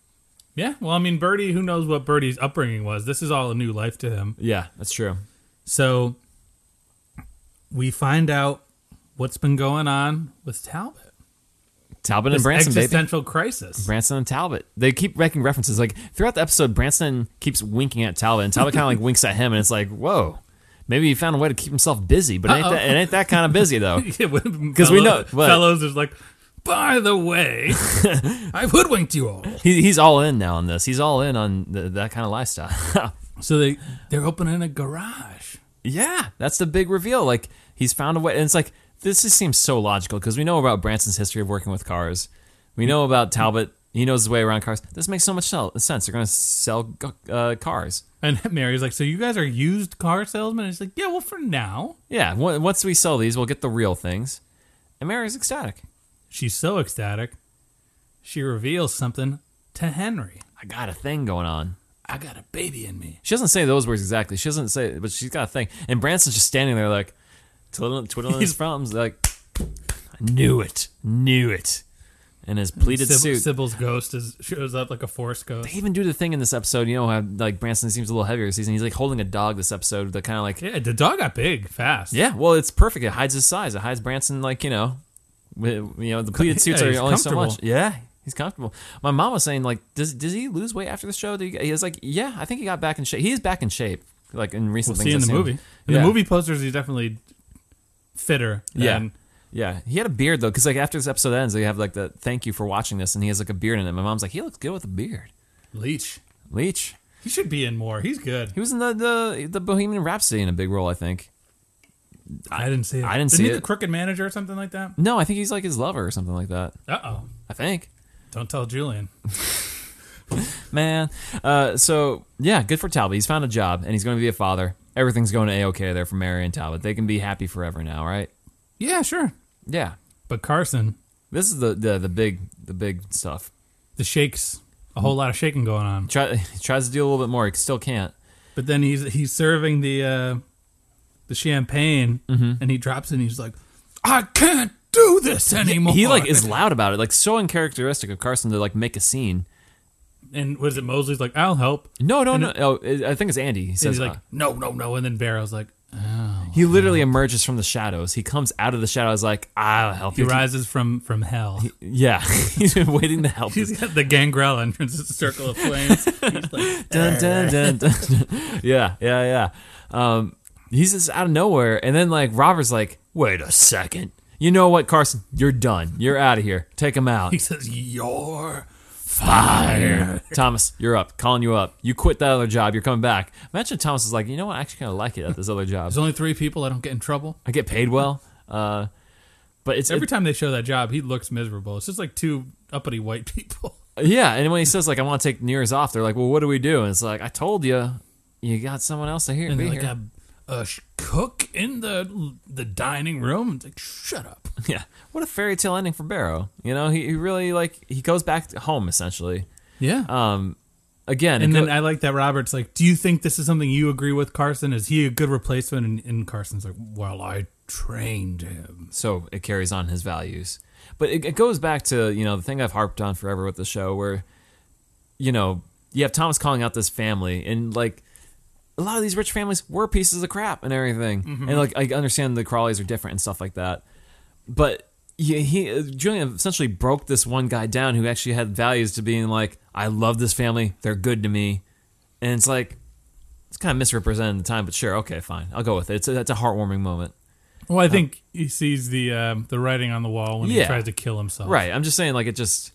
Speaker 2: Yeah, well, I mean, Birdie, who knows what Birdie's upbringing was? This is all a new life to him.
Speaker 1: Yeah, that's true.
Speaker 2: So we find out what's been going on with Talbot.
Speaker 1: Talbot and
Speaker 2: This
Speaker 1: Branson, baby.
Speaker 2: existential crisis.
Speaker 1: Branson and Talbot. They keep making references. Like throughout the episode, Branson keeps winking at Talbot, and Talbot kind of like winks at him, and it's like, whoa, maybe he found a way to keep himself busy, but it ain't
Speaker 2: Uh-oh.
Speaker 1: that, it ain't that kind of busy though.
Speaker 2: Because
Speaker 1: we know- what?
Speaker 2: fellows is like. By the way, I hoodwinked you all.
Speaker 1: He, he's all in now on this. He's all in on the, that kind of lifestyle.
Speaker 2: So they they're opening a garage.
Speaker 1: Yeah, that's the big reveal. Like he's found a way, and it's like this just seems so logical because we know about Branson's history of working with cars. We know about Talbot; he knows his way around cars. This makes so much sell- sense. They're going to sell uh, cars.
Speaker 2: And Mary's like, "So you guys are used car salesmen?" And she's like, "Yeah, well, for now."
Speaker 1: Yeah, w- once we sell these, we'll get the real things. And Mary's ecstatic.
Speaker 2: She's so ecstatic. She reveals something to Henry.
Speaker 1: I got a thing going on.
Speaker 2: I got a baby in me.
Speaker 1: She doesn't say those words exactly. She doesn't say, but she's got a thing. And Branson's just standing there, like twiddling, twiddling his thumbs, like I knew it, knew it. In his pleated
Speaker 2: Sybil-
Speaker 1: suit.
Speaker 2: Sybil's ghost is, shows up like a force ghost.
Speaker 1: They even do the thing in this episode, you know, how like Branson seems a little heavier this season. He's like holding a dog this episode that kind of like,
Speaker 2: Yeah, the dog got big fast.
Speaker 1: yeah, well, it's perfect. It hides his size. It hides Branson, like, you know, wi- you know, the pleated suits
Speaker 2: Yeah,
Speaker 1: are
Speaker 2: he's
Speaker 1: only so much.
Speaker 2: comfortable.
Speaker 1: Yeah, he's comfortable. My mom was saying, like, does does he lose weight after the show? Did he, he was like, yeah, I think he got back in shape. He is back in shape, like in recent
Speaker 2: we'll
Speaker 1: things.
Speaker 2: see in
Speaker 1: I've
Speaker 2: the
Speaker 1: seen.
Speaker 2: movie. In
Speaker 1: Yeah.
Speaker 2: the movie posters, he's definitely fitter.
Speaker 1: Yeah.
Speaker 2: than-
Speaker 1: Yeah, he had a beard though, because like after this episode ends, they have like the thank you for watching this, and he has like a beard in it. My mom's like, he looks good with a beard.
Speaker 2: Leech.
Speaker 1: Leech,
Speaker 2: He should be in more. He's good.
Speaker 1: he was in the the, the Bohemian Rhapsody in a big role, I think.
Speaker 2: I didn't see it.
Speaker 1: I didn't
Speaker 2: Isn't
Speaker 1: see
Speaker 2: he
Speaker 1: it.
Speaker 2: the crooked manager or something like that?
Speaker 1: No, I think he's like his lover or something like that.
Speaker 2: Uh oh.
Speaker 1: I think.
Speaker 2: Don't tell Julian.
Speaker 1: Man. Uh, so, yeah, good for Talbot. He's found a job and he's going to be a father. Everything's going to A OK there for Mary and Talbot. They can be happy forever now, right?
Speaker 2: Yeah, sure.
Speaker 1: Yeah.
Speaker 2: But Carson,
Speaker 1: This is the, the, the big the big stuff.
Speaker 2: the shakes, a whole lot of shaking going on.
Speaker 1: Try, he tries to do a little bit more. He still can't.
Speaker 2: But then he's he's serving the uh, the champagne,
Speaker 1: Mm-hmm.
Speaker 2: and he drops it. and He's like, "I can't do this anymore."
Speaker 1: He like is loud about it, like so uncharacteristic of Carson to like make a scene.
Speaker 2: and was it Mosley's like, "I'll help."
Speaker 1: No, no, no. Oh, it- I think it's Andy. He
Speaker 2: And
Speaker 1: says
Speaker 2: he's like,
Speaker 1: uh,
Speaker 2: "No, no, no." And then Barrow's like, "Oh."
Speaker 1: he literally emerges from the shadows. He comes out of the shadows like I'll help
Speaker 2: He
Speaker 1: you.
Speaker 2: rises from from hell.
Speaker 1: yeah, he's been waiting to help.
Speaker 2: he's got the gangrel entrance. It's a circle of flames. he's like,
Speaker 1: dun,
Speaker 2: uh,
Speaker 1: dun, dun, dun. yeah, yeah, yeah. Um, he's just out of nowhere, and then like Robert's like, "Wait a second, you know what, Carson? You're done. You're out of here. Take him out."
Speaker 2: he says, "You're."
Speaker 1: Thomas, you're up. Calling you up. You quit that other job. You're coming back. Imagine Thomas is like, "You know what? I actually kind of like it at this other job.
Speaker 2: There's only three people. I don't get in trouble.
Speaker 1: I get paid well." Uh, but it's
Speaker 2: Every time they show that job, he looks miserable. It's just like two uppity white people.
Speaker 1: Yeah, and when he says like I want to take New Year's off, they're like, "Well, what do we do?" And it's like, "I told you, you got someone else to hear."
Speaker 2: and
Speaker 1: be
Speaker 2: they're like
Speaker 1: here."
Speaker 2: a, a sh- cook in the the dining room. It's like, shut up.
Speaker 1: Yeah. What a fairy tale ending for Barrow. You know, he, he really like he goes back to home essentially.
Speaker 2: Yeah.
Speaker 1: Um again,
Speaker 2: and
Speaker 1: it go-
Speaker 2: then I like that Robert's like, do you think this is something you agree with, Carson? Is he a good replacement? And, and Carson's like, well, I trained him.
Speaker 1: so it carries on his values. But it, it goes back to, you know, the thing I've harped on forever with the show where you know, you have Thomas calling out this family and like a lot of these rich families were pieces of crap and everything. And like I understand the Crawleys are different and stuff like that. But he, he uh, Julian essentially broke this one guy down who actually had values to being like, I love this family, they're good to me. And it's like it's kind of misrepresented at the time, but sure, okay, fine. I'll go with it. It's a, that's a heartwarming moment.
Speaker 2: Well, I think he sees the um, the writing on the wall when
Speaker 1: Yeah.
Speaker 2: he tries to kill himself.
Speaker 1: Right. I'm just saying, like, it just,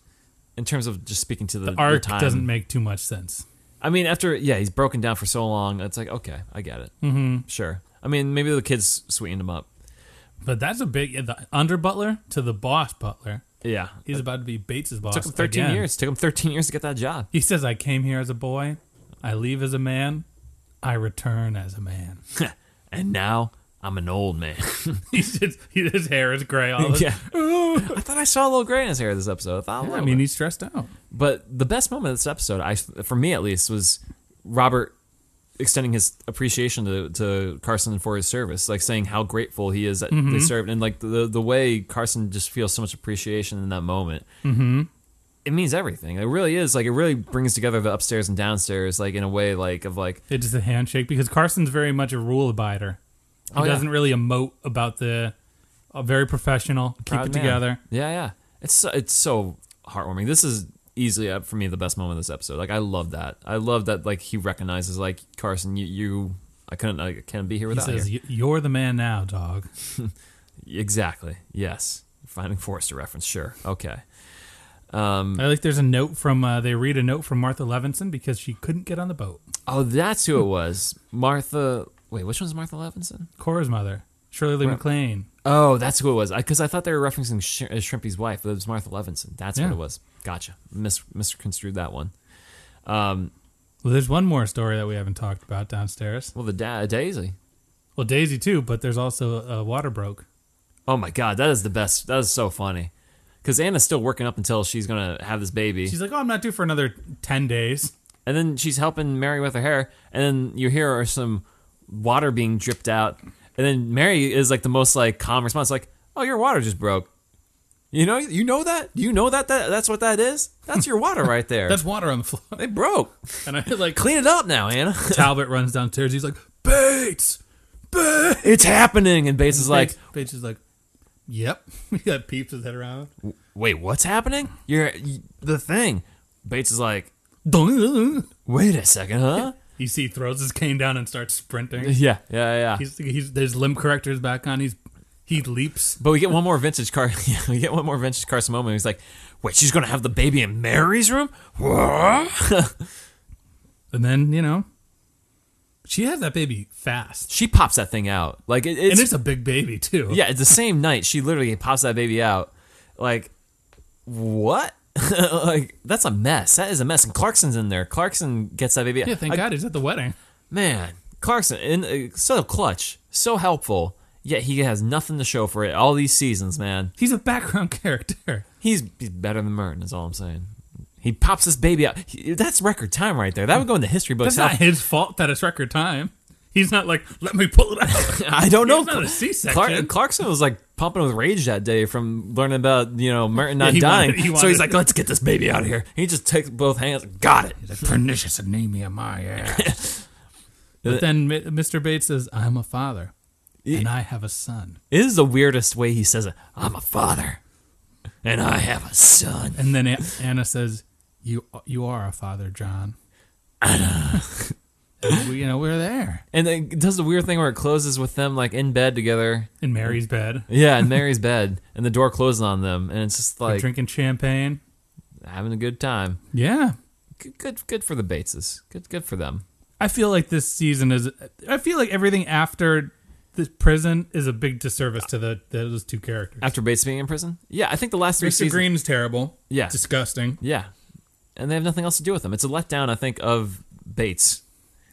Speaker 1: in terms of just speaking to the, the
Speaker 2: Arc
Speaker 1: time,
Speaker 2: doesn't make too much sense.
Speaker 1: I mean, after, yeah, he's broken down for so long. It's like, okay, I get it. Mm-hmm. Sure. I mean, maybe the kids sweetened him up.
Speaker 2: But that's a big the under butler to the boss butler.
Speaker 1: Yeah.
Speaker 2: He's about to be Bates's boss.
Speaker 1: took him 13
Speaker 2: again.
Speaker 1: years. Took him 13 years to get that job.
Speaker 2: He says, I came here as a boy, I leave as a man, I return as a man.
Speaker 1: and now I'm an old man.
Speaker 2: He's just, he, his hair is gray all the
Speaker 1: yeah. I thought I saw a little gray in his hair this episode. I thought, a
Speaker 2: time. I
Speaker 1: little
Speaker 2: mean,
Speaker 1: bit.
Speaker 2: he's stressed out.
Speaker 1: But the best moment of this episode, I for me at least, was Robert extending his appreciation to, to Carson for his service, like saying how grateful he is that they served, and like the the way Carson just feels so much appreciation in that moment. Mm-hmm. It means everything. It really is like it really brings together the upstairs and downstairs, like in a way, like of like
Speaker 2: It's just a handshake because Carson's very much a rule abider. He
Speaker 1: Oh, yeah.
Speaker 2: doesn't really emote about the. Uh, very professional.
Speaker 1: proud
Speaker 2: keep it
Speaker 1: man.
Speaker 2: together.
Speaker 1: Yeah, yeah. It's so, it's so heartwarming. This is easily up for me the best moment of this episode. Like I love that. I love that. Like he recognizes like Carson, you, you I couldn't I can't be here
Speaker 2: He
Speaker 1: without you.
Speaker 2: says, "Y- "You're the man now, dog."
Speaker 1: Exactly. Yes. Finding Forrester reference. Sure. Okay. Um,
Speaker 2: I like. There's a note from. Uh, they read a note from Martha Levinson because she couldn't get on the boat.
Speaker 1: oh, that's who it was. Martha. Wait, which one's Martha Levinson?
Speaker 2: Cora's mother, Shirley Lee MacLaine.
Speaker 1: Oh, that's who it was. Because I, thought they were referencing Sh- uh, Shrimpy's wife. But it was Martha Levinson. That's
Speaker 2: Yeah.
Speaker 1: what it was. Gotcha. Mis- misconstrued that one.
Speaker 2: Well, there's one more story that we haven't talked about downstairs.
Speaker 1: Well, the da- Daisy.
Speaker 2: Well, Daisy too, but there's also uh, water broke.
Speaker 1: Oh my god, that is the best. That is so funny. Because Anna's still working up until she's gonna have this baby,
Speaker 2: She's like, "Oh, I'm not due for another ten days."
Speaker 1: and then she's helping Mary with her hair, and then you hear her some water being dripped out, and then Mary is like the most like calm response, like, "Oh, your water just broke." You know, you know that. You know that, that that's what that is. That's your water right there.
Speaker 2: That's water on the floor,
Speaker 1: it broke.
Speaker 2: and I like
Speaker 1: Clean it up now, Anna.
Speaker 2: Talbot runs downstairs. He's like, "Bates, Bates."
Speaker 1: it's happening, and Bates is like,
Speaker 2: Bates, Bates is like, "Yep." he got peeps his head around.
Speaker 1: "Wait, what's happening? You're y the thing." Bates is like, "Wait a second, huh?"
Speaker 2: You see, he throws his cane down and starts sprinting.
Speaker 1: yeah, yeah, yeah.
Speaker 2: He's, he's there's limb correctors back on. He's he leaps.
Speaker 1: But we get one more vintage car. yeah, we get one more vintage Carson moment. He's like, "Wait, she's gonna have the baby in Mary's room?" What?
Speaker 2: And then, you know, she has that baby fast.
Speaker 1: she pops that thing out. Like it, it's,
Speaker 2: and it's a big baby, too.
Speaker 1: yeah, it's the same night. She literally pops that baby out. Like what? like that's a mess. That is a mess. And Clarkson's in there. Clarkson gets that baby. out.
Speaker 2: Yeah, thank
Speaker 1: Like,
Speaker 2: God he's at the wedding.
Speaker 1: Man, Clarkson in, uh, so clutch, so helpful. Yet he has nothing to show for it. All these seasons, man.
Speaker 2: He's a background character.
Speaker 1: He's, he's better than Merton. Is all I'm saying. He pops this baby out. He- that's record time right there. That would go in the history books.
Speaker 2: It's not
Speaker 1: How-
Speaker 2: his fault that it's record time. He's not like, let me pull it out.
Speaker 1: I don't know.
Speaker 2: It's not a C-section.
Speaker 1: Clark- Clarkson was like pumping with rage that day from learning about you know Merton not
Speaker 2: he
Speaker 1: dying.
Speaker 2: wanted- he
Speaker 1: so he's
Speaker 2: wanted-
Speaker 1: like, let's get this baby out of here. He just takes both hands. Got it.
Speaker 2: He's like, pernicious anemia, my ass. but then Mi- Mr. Bates says, I'm a father. And I have a son.
Speaker 1: It is the weirdest way he says it. I'm a father, and I have a son.
Speaker 2: And then A- Anna says, "You you are a father, John." Anna. you know we're there
Speaker 1: And then it does the weird thing where it closes with them like in bed together.
Speaker 2: in Mary's bed,
Speaker 1: Yeah, in Mary's bed, and the door closes on them, and it's just like
Speaker 2: drinking champagne.
Speaker 1: having a good time.
Speaker 2: Yeah,
Speaker 1: good, good, good for the Bateses. Good, good for them.
Speaker 2: I feel like this season is. I feel like everything after the prison is a big disservice to the those two characters.
Speaker 1: After Bates being in prison, yeah, I think the last three
Speaker 2: Mr.
Speaker 1: seasons,
Speaker 2: Green's terrible.
Speaker 1: Yeah.
Speaker 2: disgusting.
Speaker 1: yeah, and they have nothing else to do with them. It's a letdown, I think, of Bates.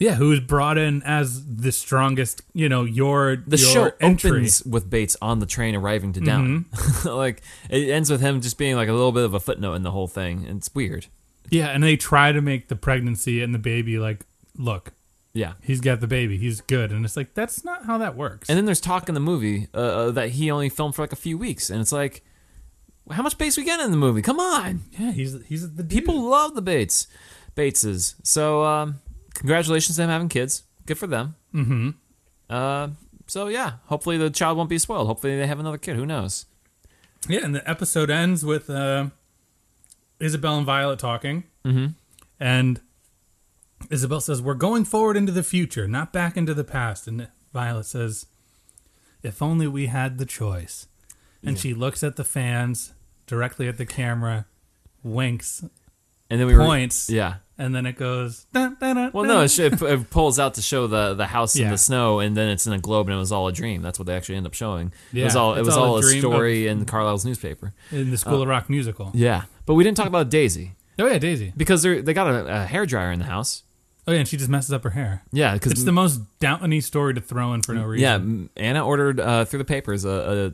Speaker 2: Yeah, who was brought in as the strongest? You know, your
Speaker 1: The
Speaker 2: your
Speaker 1: show
Speaker 2: entry. Mm-hmm.
Speaker 1: opens with Bates on the train arriving to Down. like it ends with him just being like a little bit of a footnote in the whole thing. and It's weird.
Speaker 2: Yeah, and they try to make the pregnancy and the baby like, look,
Speaker 1: Yeah.
Speaker 2: he's got the baby, he's good, and it's like that's not how that works.
Speaker 1: And then there's talk in the movie uh, uh, that he only filmed for like a few weeks, and it's like, how much Bates we get in the movie? Come on,
Speaker 2: Yeah, he's he's the
Speaker 1: people love the Bates, Bateses. So um, congratulations to them having kids. Good for them. Mm-hmm. Uh, so yeah, hopefully the child won't be spoiled. Hopefully they have another kid. Who knows?
Speaker 2: Yeah, and the episode ends with uh, Isabel and Violet talking, mm-hmm. and Isabel says, "We're going forward into the future, not back into the past." And Violet says, "If only we had the choice." And she looks at the fans directly at the camera, winks,
Speaker 1: And then we were-
Speaker 2: points,
Speaker 1: yeah.
Speaker 2: and then it goes. Dun, dun, dun,
Speaker 1: Well,
Speaker 2: dun.
Speaker 1: no, it, sh- it p- it pulls out to show the, the house in
Speaker 2: Yeah.
Speaker 1: the snow, and then it's in a globe, and it was all a dream. That's what they actually end up showing. it was
Speaker 2: Yeah,
Speaker 1: all it
Speaker 2: it's
Speaker 1: was
Speaker 2: all a
Speaker 1: all a,
Speaker 2: dream of-
Speaker 1: story in Carlisle's newspaper.
Speaker 2: in the School of Rock musical.
Speaker 1: uh, Yeah, but we didn't talk about Daisy
Speaker 2: Oh yeah, Daisy.
Speaker 1: because they they got a, a hair dryer in the house.
Speaker 2: Oh yeah, and she just messes up her hair.
Speaker 1: Yeah, because
Speaker 2: It's the most Downey story to throw in for no reason.
Speaker 1: Mm, Yeah, m- Anna ordered uh, through the papers a,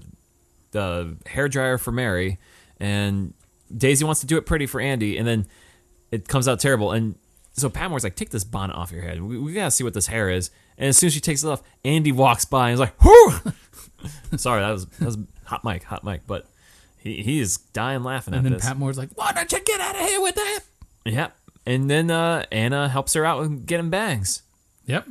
Speaker 1: a, a hair dryer for Mary, and Daisy wants to do it pretty for Andy, and then it comes out terrible. And So Patmore's like, take this bonnet off your head. We, we gotta see what this hair is. And as soon as she takes it off, Andy walks by and is like, whoo! Sorry, that was that was hot mic, hot mic, but he, he is dying laughing
Speaker 2: And
Speaker 1: at
Speaker 2: then
Speaker 1: this.
Speaker 2: Pat Moore's like,
Speaker 1: Why don't you get out of here with that? Yep. And then uh, Anna helps her out with getting bangs.
Speaker 2: "Yep,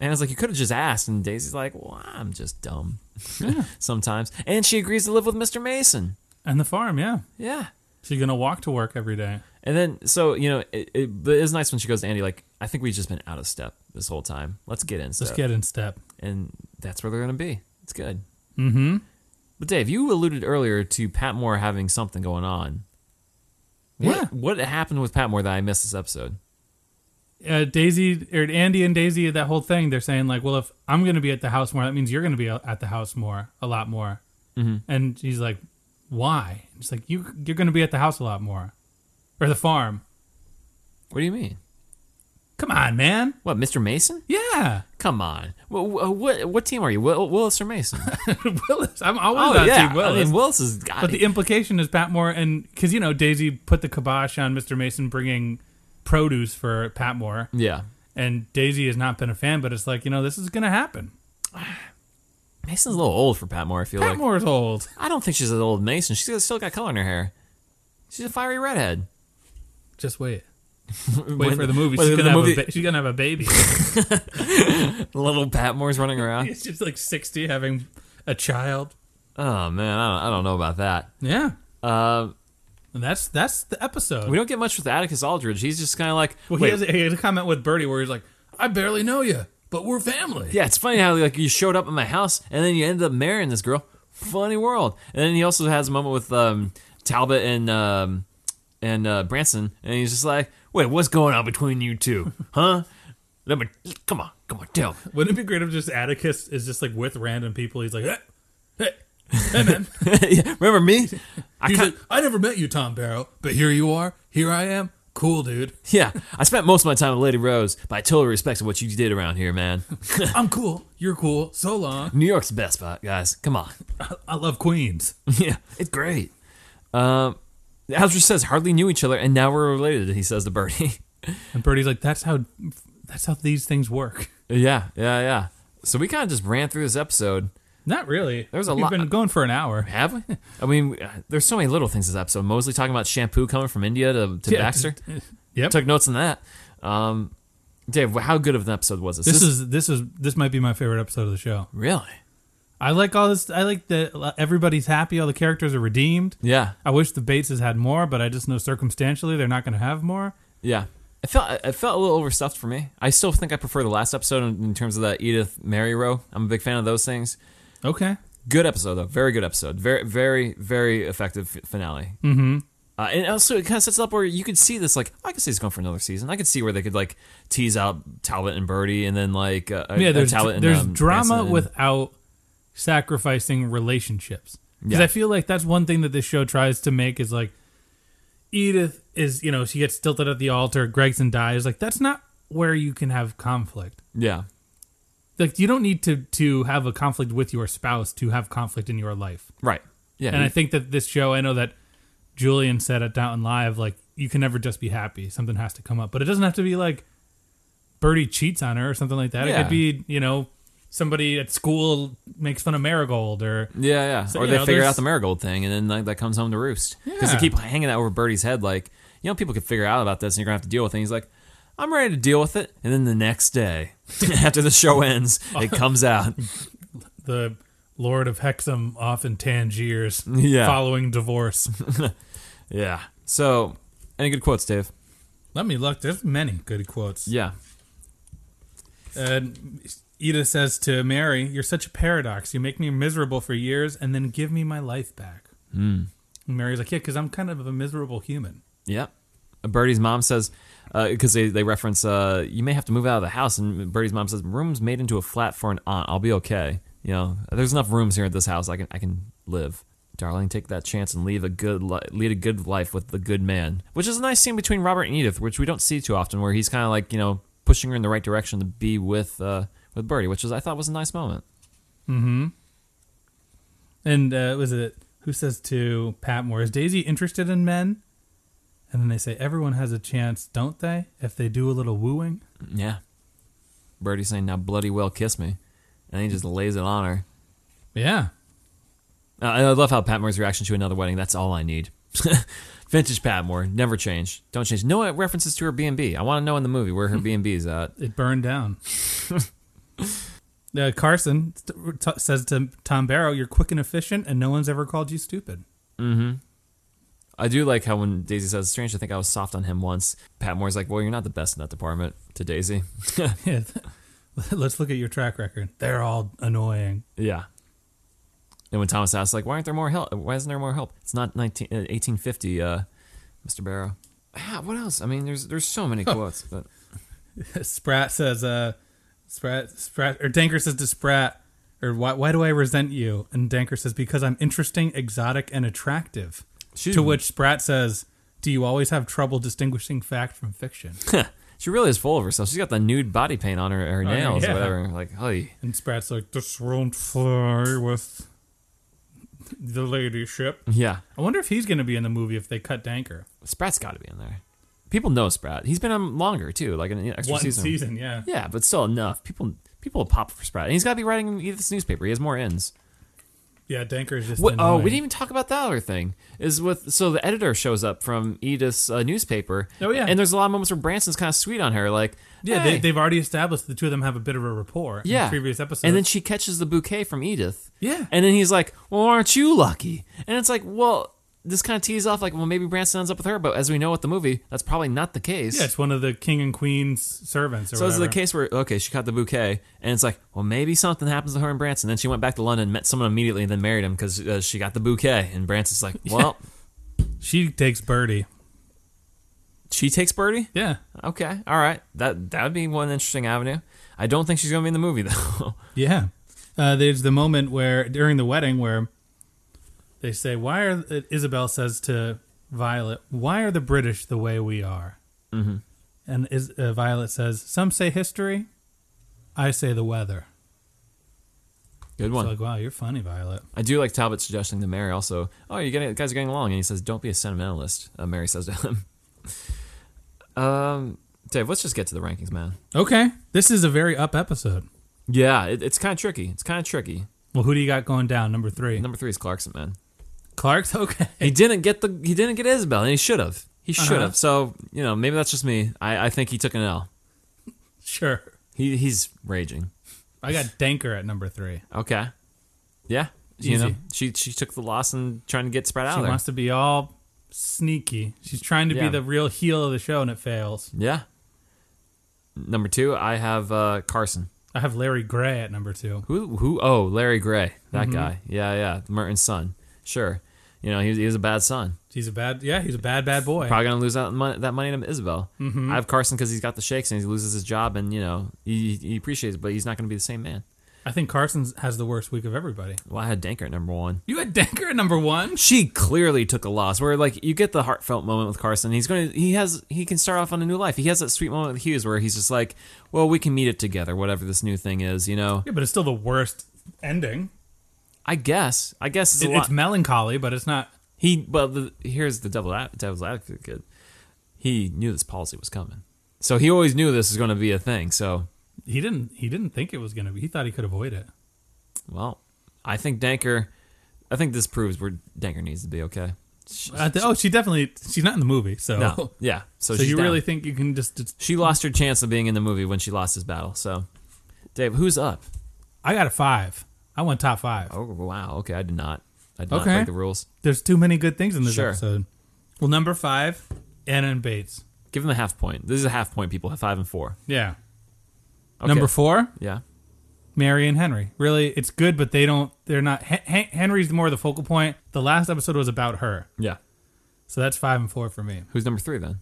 Speaker 1: And I was like, you could have just asked. And Daisy's like, well, I'm just dumb sometimes. And she agrees to live with Mr. Mason.
Speaker 2: and the farm, yeah.
Speaker 1: Yeah.
Speaker 2: She's gonna walk to work every day."
Speaker 1: And then, so, you know, it, it, but it is nice when she goes to Andy, like, I think we've just been out of step this whole time. Let's get in.
Speaker 2: Let's
Speaker 1: step."
Speaker 2: get in step.
Speaker 1: and that's where they're going to be. It's good. Mm hmm.
Speaker 2: Mm-hmm.
Speaker 1: But Dave, you alluded earlier to Patmore having something going on.
Speaker 2: Yeah.
Speaker 1: What, what happened with Patmore that I missed this episode?
Speaker 2: uh, Daisy or Andy and Daisy, that whole thing, they're saying like, well, if I'm going to be at the house more, that means you're going to be at the house more, a lot more. Mm-hmm. And he's like, why? It's like you you're going to be at the house a lot more, or the farm.
Speaker 1: What do you mean?
Speaker 2: Come on, man.
Speaker 1: What, Mr. Mason?
Speaker 2: Yeah,
Speaker 1: Come on. What, what, what team are you? Will, Willis or Mason?
Speaker 2: Willis. I'm always on Team Willis.
Speaker 1: Oh, I mean, Willis has got
Speaker 2: but
Speaker 1: it.
Speaker 2: the implication is Patmore and because you know Daisy put the kibosh on Mr. Mason bringing produce for Patmore,
Speaker 1: yeah.
Speaker 2: and Daisy has not been a fan. But it's like you know this is going to happen.
Speaker 1: Mason's a little old for Patmore, I feel like.
Speaker 2: Patmore's old.
Speaker 1: I don't think she's as old as Mason. She's still got color in her hair. She's a fiery redhead.
Speaker 2: Just wait. Wait for the movie.
Speaker 1: Wait
Speaker 2: She's
Speaker 1: for the
Speaker 2: gonna, have
Speaker 1: movie.
Speaker 2: A ba- she's gonna have a baby.
Speaker 1: Little Patmore's running around.
Speaker 2: It's just like sixty having a child.
Speaker 1: oh, man. I don't, I don't know about that.
Speaker 2: Yeah,
Speaker 1: Uh,
Speaker 2: and that's that's the episode.
Speaker 1: we don't get much with Atticus Aldridge. He's just kind of like,
Speaker 2: well, he
Speaker 1: wait,
Speaker 2: has, a, he has a comment with Birdie where he's like, "I barely know you, but we're family."
Speaker 1: yeah, it's funny how like you showed up at my house and then you ended up marrying this girl. Funny world. And then he also has a moment with um, Talbot and um, and uh, Branson, and he's just like, "Wait, what's going on between you two, huh? Let me come on, come on, tell." me."
Speaker 2: Wouldn't it be great if just Atticus is just like with random people? He's like, "Hey, hey, hey man."
Speaker 1: Yeah, Remember me? I
Speaker 2: He's
Speaker 1: kind
Speaker 2: like, "I never met you, Tom Barrow, but here you are. Here I am. Cool, dude.
Speaker 1: yeah, I spent most of my time with Lady Rose, but I totally respect what you did around here, man.
Speaker 2: I'm cool. You're cool. So long.
Speaker 1: New York's the best spot, guys. Come on.
Speaker 2: I love Queens."
Speaker 1: yeah, it's great. Um, Aldrich says hardly knew each other, and now we're related. He says to Bertie.
Speaker 2: And Birdie's like, "That's how that's how these things work."
Speaker 1: yeah, yeah, yeah. So we kind of just ran through this episode,
Speaker 2: Not really.
Speaker 1: There's a
Speaker 2: We've
Speaker 1: lot-
Speaker 2: been going for an hour.
Speaker 1: have we? I mean, uh, there's so many little things this episode. Mosley talking about shampoo coming from India to, to
Speaker 2: Yeah.
Speaker 1: Baxter.
Speaker 2: Yep.
Speaker 1: Took notes on that. Um, Dave, how good of an episode was this?
Speaker 2: This is this is this might be my favorite episode of the show.
Speaker 1: really,
Speaker 2: I like all this. I like that everybody's happy. All the characters are redeemed.
Speaker 1: yeah,
Speaker 2: I wish the Bateses had more, but I just know circumstantially they're not going to have more.
Speaker 1: yeah. It felt it felt a little overstuffed for me. I still think I prefer the last episode in, in terms of that Edith Mary row. I'm a big fan of those things.
Speaker 2: Okay.
Speaker 1: Good episode though, very good episode, very very very effective f- finale. Mm-hmm. Uh, and also, it kind of sets up where you could see this. Like, I could see this going for another season. I could see where they could like tease out Talbot and Birdie, and then like uh, uh,
Speaker 2: Yeah. There's
Speaker 1: Talbot and,
Speaker 2: there's
Speaker 1: um,
Speaker 2: drama
Speaker 1: Branson and-
Speaker 2: without sacrificing relationships. Because
Speaker 1: Yeah.
Speaker 2: I feel like that's one thing that this show tries to make is like Edith is you know she gets tilted at the altar. Gregson dies. Like that's not where you can have conflict.
Speaker 1: yeah,
Speaker 2: like you don't need to to have a conflict with your spouse to have conflict in your life
Speaker 1: right, yeah,
Speaker 2: and i think that this show i know that julian said at downton live like you can never just be happy something has to come up but it doesn't have to be like birdie cheats on her or something like that it
Speaker 1: Yeah.
Speaker 2: could be you know somebody at school makes fun of marigold or
Speaker 1: yeah, yeah.
Speaker 2: So,
Speaker 1: or
Speaker 2: you
Speaker 1: they
Speaker 2: know,
Speaker 1: figure
Speaker 2: there's-
Speaker 1: out the marigold thing, and then like that comes home to roost because
Speaker 2: Yeah.
Speaker 1: they keep hanging that over Birdie's head. Like, you know, people could figure out about this, and you're gonna have to deal with it. And he's like, I'm ready to deal with it. And then the next day, after the show ends, it comes out.
Speaker 2: the lord of hexham off in tangiers
Speaker 1: Yeah.
Speaker 2: following divorce
Speaker 1: Yeah. So, any good quotes, Dave?
Speaker 2: let me look there's many good quotes
Speaker 1: Yeah.
Speaker 2: And Ida says to Mary, "You're such a paradox. You make me miserable for years, and then give me my life back." And Mary's like, "Yeah, because I'm kind of a miserable human."
Speaker 1: Yep. Birdie's mom says, because they, they reference, uh, you may have to move out of the house. And Birdie's mom says, room's made into a flat for an aunt. I'll be okay. You know, there's enough rooms here at this house. I can I can live. Darling, take that chance and leave a good li- lead a good life with the good man, which is a nice scene between Robert and Edith, which we don't see too often, where he's kind of like you know pushing her in the right direction to be with uh, with Birdie, which is I thought was a nice moment.
Speaker 2: And uh, was it who says to Patmore, "Is Daisy interested in men?" And then they say everyone has a chance, don't they? If they do a little wooing.
Speaker 1: Yeah. Birdie's saying, now bloody well kiss me. And he just lays it on her.
Speaker 2: Yeah.
Speaker 1: Uh, I love how Patmore's reaction to another wedding. That's all I need. Vintage Patmore, never changed. Don't change. No references to her B and B. I want to know in the movie where her B and B is at.
Speaker 2: It burned down. uh, Carson st- t- says to Tom Barrow, "You're quick and efficient, and no one's ever called you stupid."
Speaker 1: I do like how when Daisy says, "Strange, I think I was soft on him once." Patmore's like, "Well, you're not the best in that department." To Daisy,
Speaker 2: Yeah. Let's look at your track record. They're all annoying.
Speaker 1: yeah. And when Thomas asks, like, "Why aren't there more help? Why isn't there more help?" It's not 19, uh, 1850, uh, Mr. Barrow. Ah, what else? I mean, there's there's so many quotes. But
Speaker 2: Sprat says, uh, Sprat, Sprat, or Danker says to Sprat, or why, why do I resent you? And Danker says, because I'm interesting, exotic, and attractive.
Speaker 1: Shoot.
Speaker 2: To which Sprat says, do you always have trouble distinguishing fact from fiction?
Speaker 1: she really is full of herself. She's got the nude body paint on her, her nails,
Speaker 2: Oh, yeah.
Speaker 1: or whatever. Like, hey,
Speaker 2: and Sprat's like, this won't fly with the ladyship.
Speaker 1: yeah.
Speaker 2: I wonder if he's going to be in the movie if they cut Danker.
Speaker 1: Sprat's got to be in there. People know Sprat. He's been on longer too, like an extra
Speaker 2: One
Speaker 1: season.
Speaker 2: season, yeah.
Speaker 1: Yeah, but still enough. People people will pop for Sprat, and he's got to be writing this newspaper. He has more ends.
Speaker 2: Yeah, Danker's just.
Speaker 1: What, oh,
Speaker 2: annoying.
Speaker 1: we didn't even talk about that other thing. Is with so the editor shows up from Edith's uh, newspaper.
Speaker 2: Oh, yeah.
Speaker 1: and there's a lot of moments where Branson's kind of sweet on her, like
Speaker 2: Yeah,
Speaker 1: hey.
Speaker 2: they, they've already established the two of them have a bit of a rapport in
Speaker 1: yeah
Speaker 2: previous episodes.
Speaker 1: and then she catches the bouquet from Edith.
Speaker 2: Yeah.
Speaker 1: and then he's like, "Well, aren't you lucky?" And it's like, well. This kind of tees off like, well, maybe Branson ends up with her, but as we know with the movie, that's probably not the case.
Speaker 2: Yeah, it's one of the king and queen's servants. Or
Speaker 1: So it's the
Speaker 2: whatever.
Speaker 1: case where okay, she caught the bouquet, and it's like, well, maybe something happens to her and Branson. Then she went back to London, met someone immediately, and then married him because uh, she got the bouquet. And Branson's like, well,
Speaker 2: She takes Birdie.
Speaker 1: she takes Birdie.
Speaker 2: Yeah,
Speaker 1: Okay, all right, that that would be one interesting avenue. I don't think she's gonna be in the movie though.
Speaker 2: yeah. Uh, there's the moment where during the wedding where they say, "Why are uh, Isabel says to Violet, why are the British the way we are?" Mm-hmm. And is, uh, Violet says, "Some say history, I say the weather."
Speaker 1: Good
Speaker 2: So
Speaker 1: one.
Speaker 2: like, wow, you're funny, Violet.
Speaker 1: I do like Talbot suggesting to Mary also. Oh, you getting guys are getting along, and he says, "Don't be a sentimentalist." Uh, Mary says to him. um, Dave, let's just get to the rankings, man.
Speaker 2: Okay, this is a very up episode.
Speaker 1: Yeah, it, it's kind of tricky. It's kind of tricky.
Speaker 2: Well, who do you got going down? Number three,
Speaker 1: Number three is Clarkson, man.
Speaker 2: Clark's. Okay,
Speaker 1: He didn't get the he didn't get Isabel, and he should have. He should
Speaker 2: Uh-huh.
Speaker 1: have. So you know, maybe that's just me. I, I think he took an L.
Speaker 2: sure.
Speaker 1: He he's raging.
Speaker 2: I got Danker at number three.
Speaker 1: Okay, yeah, you
Speaker 2: Easy.
Speaker 1: know, she she took the loss and trying to get spread out
Speaker 2: She
Speaker 1: of there.
Speaker 2: wants to be all sneaky. She's trying to
Speaker 1: Yeah.
Speaker 2: be the real heel of the show, and it fails.
Speaker 1: Yeah. Number two, I have uh, Carson.
Speaker 2: I have Larry Gray at number two.
Speaker 1: Who who? Oh, Larry Gray,
Speaker 2: Mm-hmm.
Speaker 1: that guy. Yeah, yeah, Merton's son. Sure, you know he was, he was a bad son.
Speaker 2: He's a bad, yeah, he's a bad, bad Mm-hmm. boy.
Speaker 1: Probably gonna lose that money, that money to Isabel. I have Carson because he's got the shakes and he loses his job, and you know he, he appreciates, it, but he's not gonna be the same man.
Speaker 2: I think Carson has the worst week of everybody.
Speaker 1: Well, I had Danker at number one.
Speaker 2: You had Danker at number one.
Speaker 1: She clearly took a loss. Where like you get the heartfelt moment with Carson. He's going to he has he can start off on a new life. He has that sweet moment with Hughes where he's just like, well, we can meet it together, whatever this new thing is. You know,
Speaker 2: Yeah, but it's still the worst ending.
Speaker 1: I guess I guess it's a
Speaker 2: It-
Speaker 1: lot.
Speaker 2: it's melancholy, but it's not.
Speaker 1: he but the, here's the devil ad- devil's advocate. He knew this policy was coming, so he always knew this was going to be a thing. So
Speaker 2: He didn't. He didn't think it was gonna be. He thought he could avoid it.
Speaker 1: well, I think Danker, I think this proves where Danker needs to be. Okay.
Speaker 2: I thi- oh, she definitely. She's not in the movie, so.
Speaker 1: No. Yeah. So,
Speaker 2: Oh. So,
Speaker 1: she's
Speaker 2: you
Speaker 1: down.
Speaker 2: really think you can just, just?
Speaker 1: She lost her chance of being in the movie when she lost his battle. So, Dave, who's up?
Speaker 2: I got a five. I want top five.
Speaker 1: Oh wow, okay, I did not. I did not
Speaker 2: Okay.
Speaker 1: break the rules.
Speaker 2: There's too many good things in this
Speaker 1: Sure.
Speaker 2: episode. Well, number five, Anna and Bates.
Speaker 1: Give him a half point. This is a half point. People have five and four.
Speaker 2: Yeah.
Speaker 1: Okay.
Speaker 2: Number four,
Speaker 1: Yeah.
Speaker 2: Mary and Henry. Really, it's good, but they don't. They're not. Hen- Hen- Henry's more the focal point. The last episode was about her,
Speaker 1: Yeah.
Speaker 2: so that's five and four for me.
Speaker 1: Who's number three then?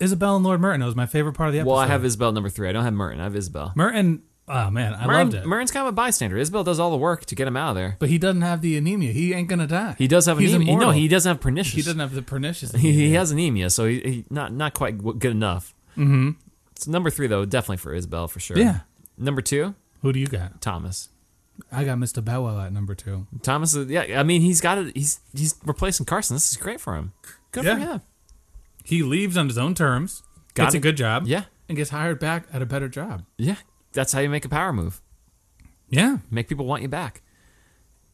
Speaker 2: Isabel and Lord Merton was my favorite part of the episode.
Speaker 1: Well, I have Isabel at number three. I don't have Merton. I have Isabel.
Speaker 2: Merton. Oh man, I
Speaker 1: Merton,
Speaker 2: loved it.
Speaker 1: Merton's kind of a bystander. Isabel does all the work to get him out of there.
Speaker 2: but he doesn't have the anemia. He ain't gonna die.
Speaker 1: He does have
Speaker 2: He's
Speaker 1: anemia.
Speaker 2: immortal.
Speaker 1: No, he doesn't have pernicious.
Speaker 2: He doesn't have the pernicious.
Speaker 1: He,
Speaker 2: anemia.
Speaker 1: he has anemia, so he, he not not quite w- good enough. Mm-hmm. It's number three though, definitely for Isabel for sure.
Speaker 2: Yeah.
Speaker 1: Number two,
Speaker 2: Who do you got?
Speaker 1: Thomas.
Speaker 2: I got Mr. Bow Wow at number two.
Speaker 1: Thomas, is, yeah, I mean he's got it. He's he's replacing Carson. This is great for him. Good
Speaker 2: Yeah.
Speaker 1: for him.
Speaker 2: He leaves on his own terms,
Speaker 1: Got
Speaker 2: gets
Speaker 1: it.
Speaker 2: a good job,
Speaker 1: Yeah.
Speaker 2: and gets hired back at a better job.
Speaker 1: Yeah. That's how you make a power move.
Speaker 2: Yeah,
Speaker 1: Make people want you back.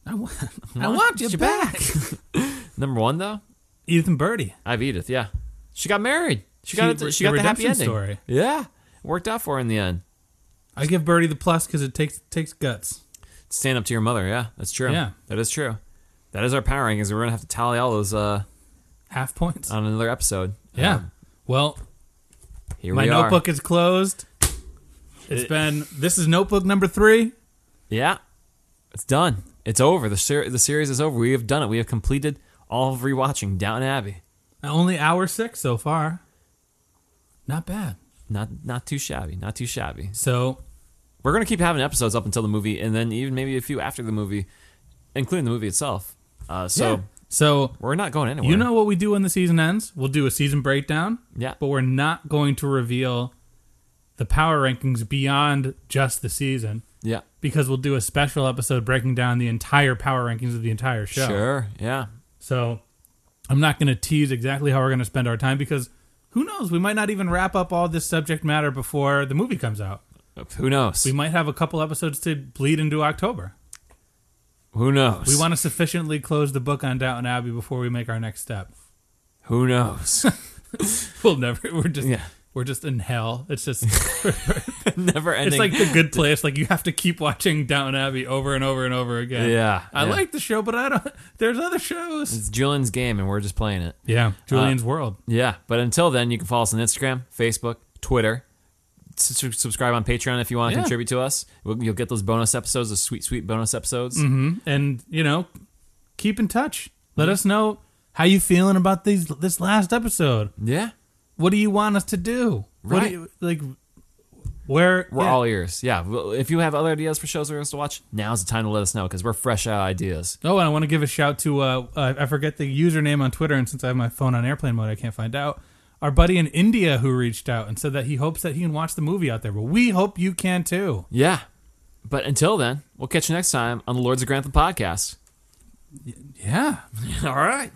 Speaker 2: I wa- I want you back.
Speaker 1: Number one, though,
Speaker 2: Ethan Birdie.
Speaker 1: I've Edith. Yeah. She got married. She
Speaker 2: She-
Speaker 1: got it. She got
Speaker 2: the
Speaker 1: the happy
Speaker 2: redemption
Speaker 1: ending.
Speaker 2: story.
Speaker 1: Yeah. Worked out for her in the end.
Speaker 2: I give Birdie the plus because it takes takes guts.
Speaker 1: Stand up to your mother. Yeah. That's true.
Speaker 2: Yeah.
Speaker 1: That is true. That is our power rankings. We're gonna have to tally all those uh,
Speaker 2: Half points.
Speaker 1: on another episode.
Speaker 2: yeah.
Speaker 1: Um,
Speaker 2: well,
Speaker 1: here
Speaker 2: my
Speaker 1: we
Speaker 2: notebook is closed. It's been this is notebook number three.
Speaker 1: are. Yeah. It's done. It's over. The ser- the series is over. We have done it. We have completed all of rewatching Downton Abbey.
Speaker 2: Only hour six so far. Not bad.
Speaker 1: Not not too shabby. Not too shabby.
Speaker 2: So
Speaker 1: We're gonna keep having episodes up until the movie, and then even maybe a few after the movie, including the movie itself. Uh, so
Speaker 2: yeah. so
Speaker 1: we're not going anywhere.
Speaker 2: you know what we do when the season ends? We'll do a season breakdown.
Speaker 1: Yeah.
Speaker 2: But we're not going to reveal the power rankings beyond just the season
Speaker 1: Yeah.
Speaker 2: because we'll do a special episode breaking down the entire power rankings of the entire show.
Speaker 1: Sure. Yeah.
Speaker 2: So I'm not going to tease exactly how we're going to spend our time because who knows? We might not even wrap up all this subject matter before the movie comes out.
Speaker 1: Who knows?
Speaker 2: We might have a couple episodes to bleed into October.
Speaker 1: Who knows?
Speaker 2: We want to sufficiently close the book on Downton Abbey before we make our next step.
Speaker 1: Who knows?
Speaker 2: We'll never. We're just.
Speaker 1: Yeah.
Speaker 2: We're just in hell. It's just.
Speaker 1: Never
Speaker 2: it's
Speaker 1: ending.
Speaker 2: like the good place. Like you have to keep watching Downton Abbey over and over and over again.
Speaker 1: Yeah,
Speaker 2: I
Speaker 1: yeah.
Speaker 2: like the show, but I don't. There's other shows.
Speaker 1: it's Julian's game, and we're just playing it.
Speaker 2: Yeah. Julian's World.
Speaker 1: Yeah. But until then, you can follow us on Instagram, Facebook, Twitter. S- s- subscribe on Patreon if you want to
Speaker 2: Yeah.
Speaker 1: contribute to us. We'll, you'll get those bonus episodes, those sweet, sweet bonus episodes.
Speaker 2: Mhm. and you know keep in touch
Speaker 1: Mm-hmm.
Speaker 2: let us know how you feeling about these this last episode
Speaker 1: Yeah.
Speaker 2: what do you want us to do what do
Speaker 1: Right.
Speaker 2: you, like where
Speaker 1: We're
Speaker 2: yeah.
Speaker 1: all ears. Yeah. Well, If you have other ideas for shows we're supposed to watch, now's the time to let us know because we're fresh out of ideas.
Speaker 2: oh and i want to give a shout to uh, uh i forget the username on twitter and since i have my phone on airplane mode i can't find out our buddy in india who reached out and said that he hopes that he can watch the movie out there well we hope you can too
Speaker 1: Yeah. But until then, we'll catch you next time on the Lords of Grantham podcast.
Speaker 2: yeah
Speaker 1: All right.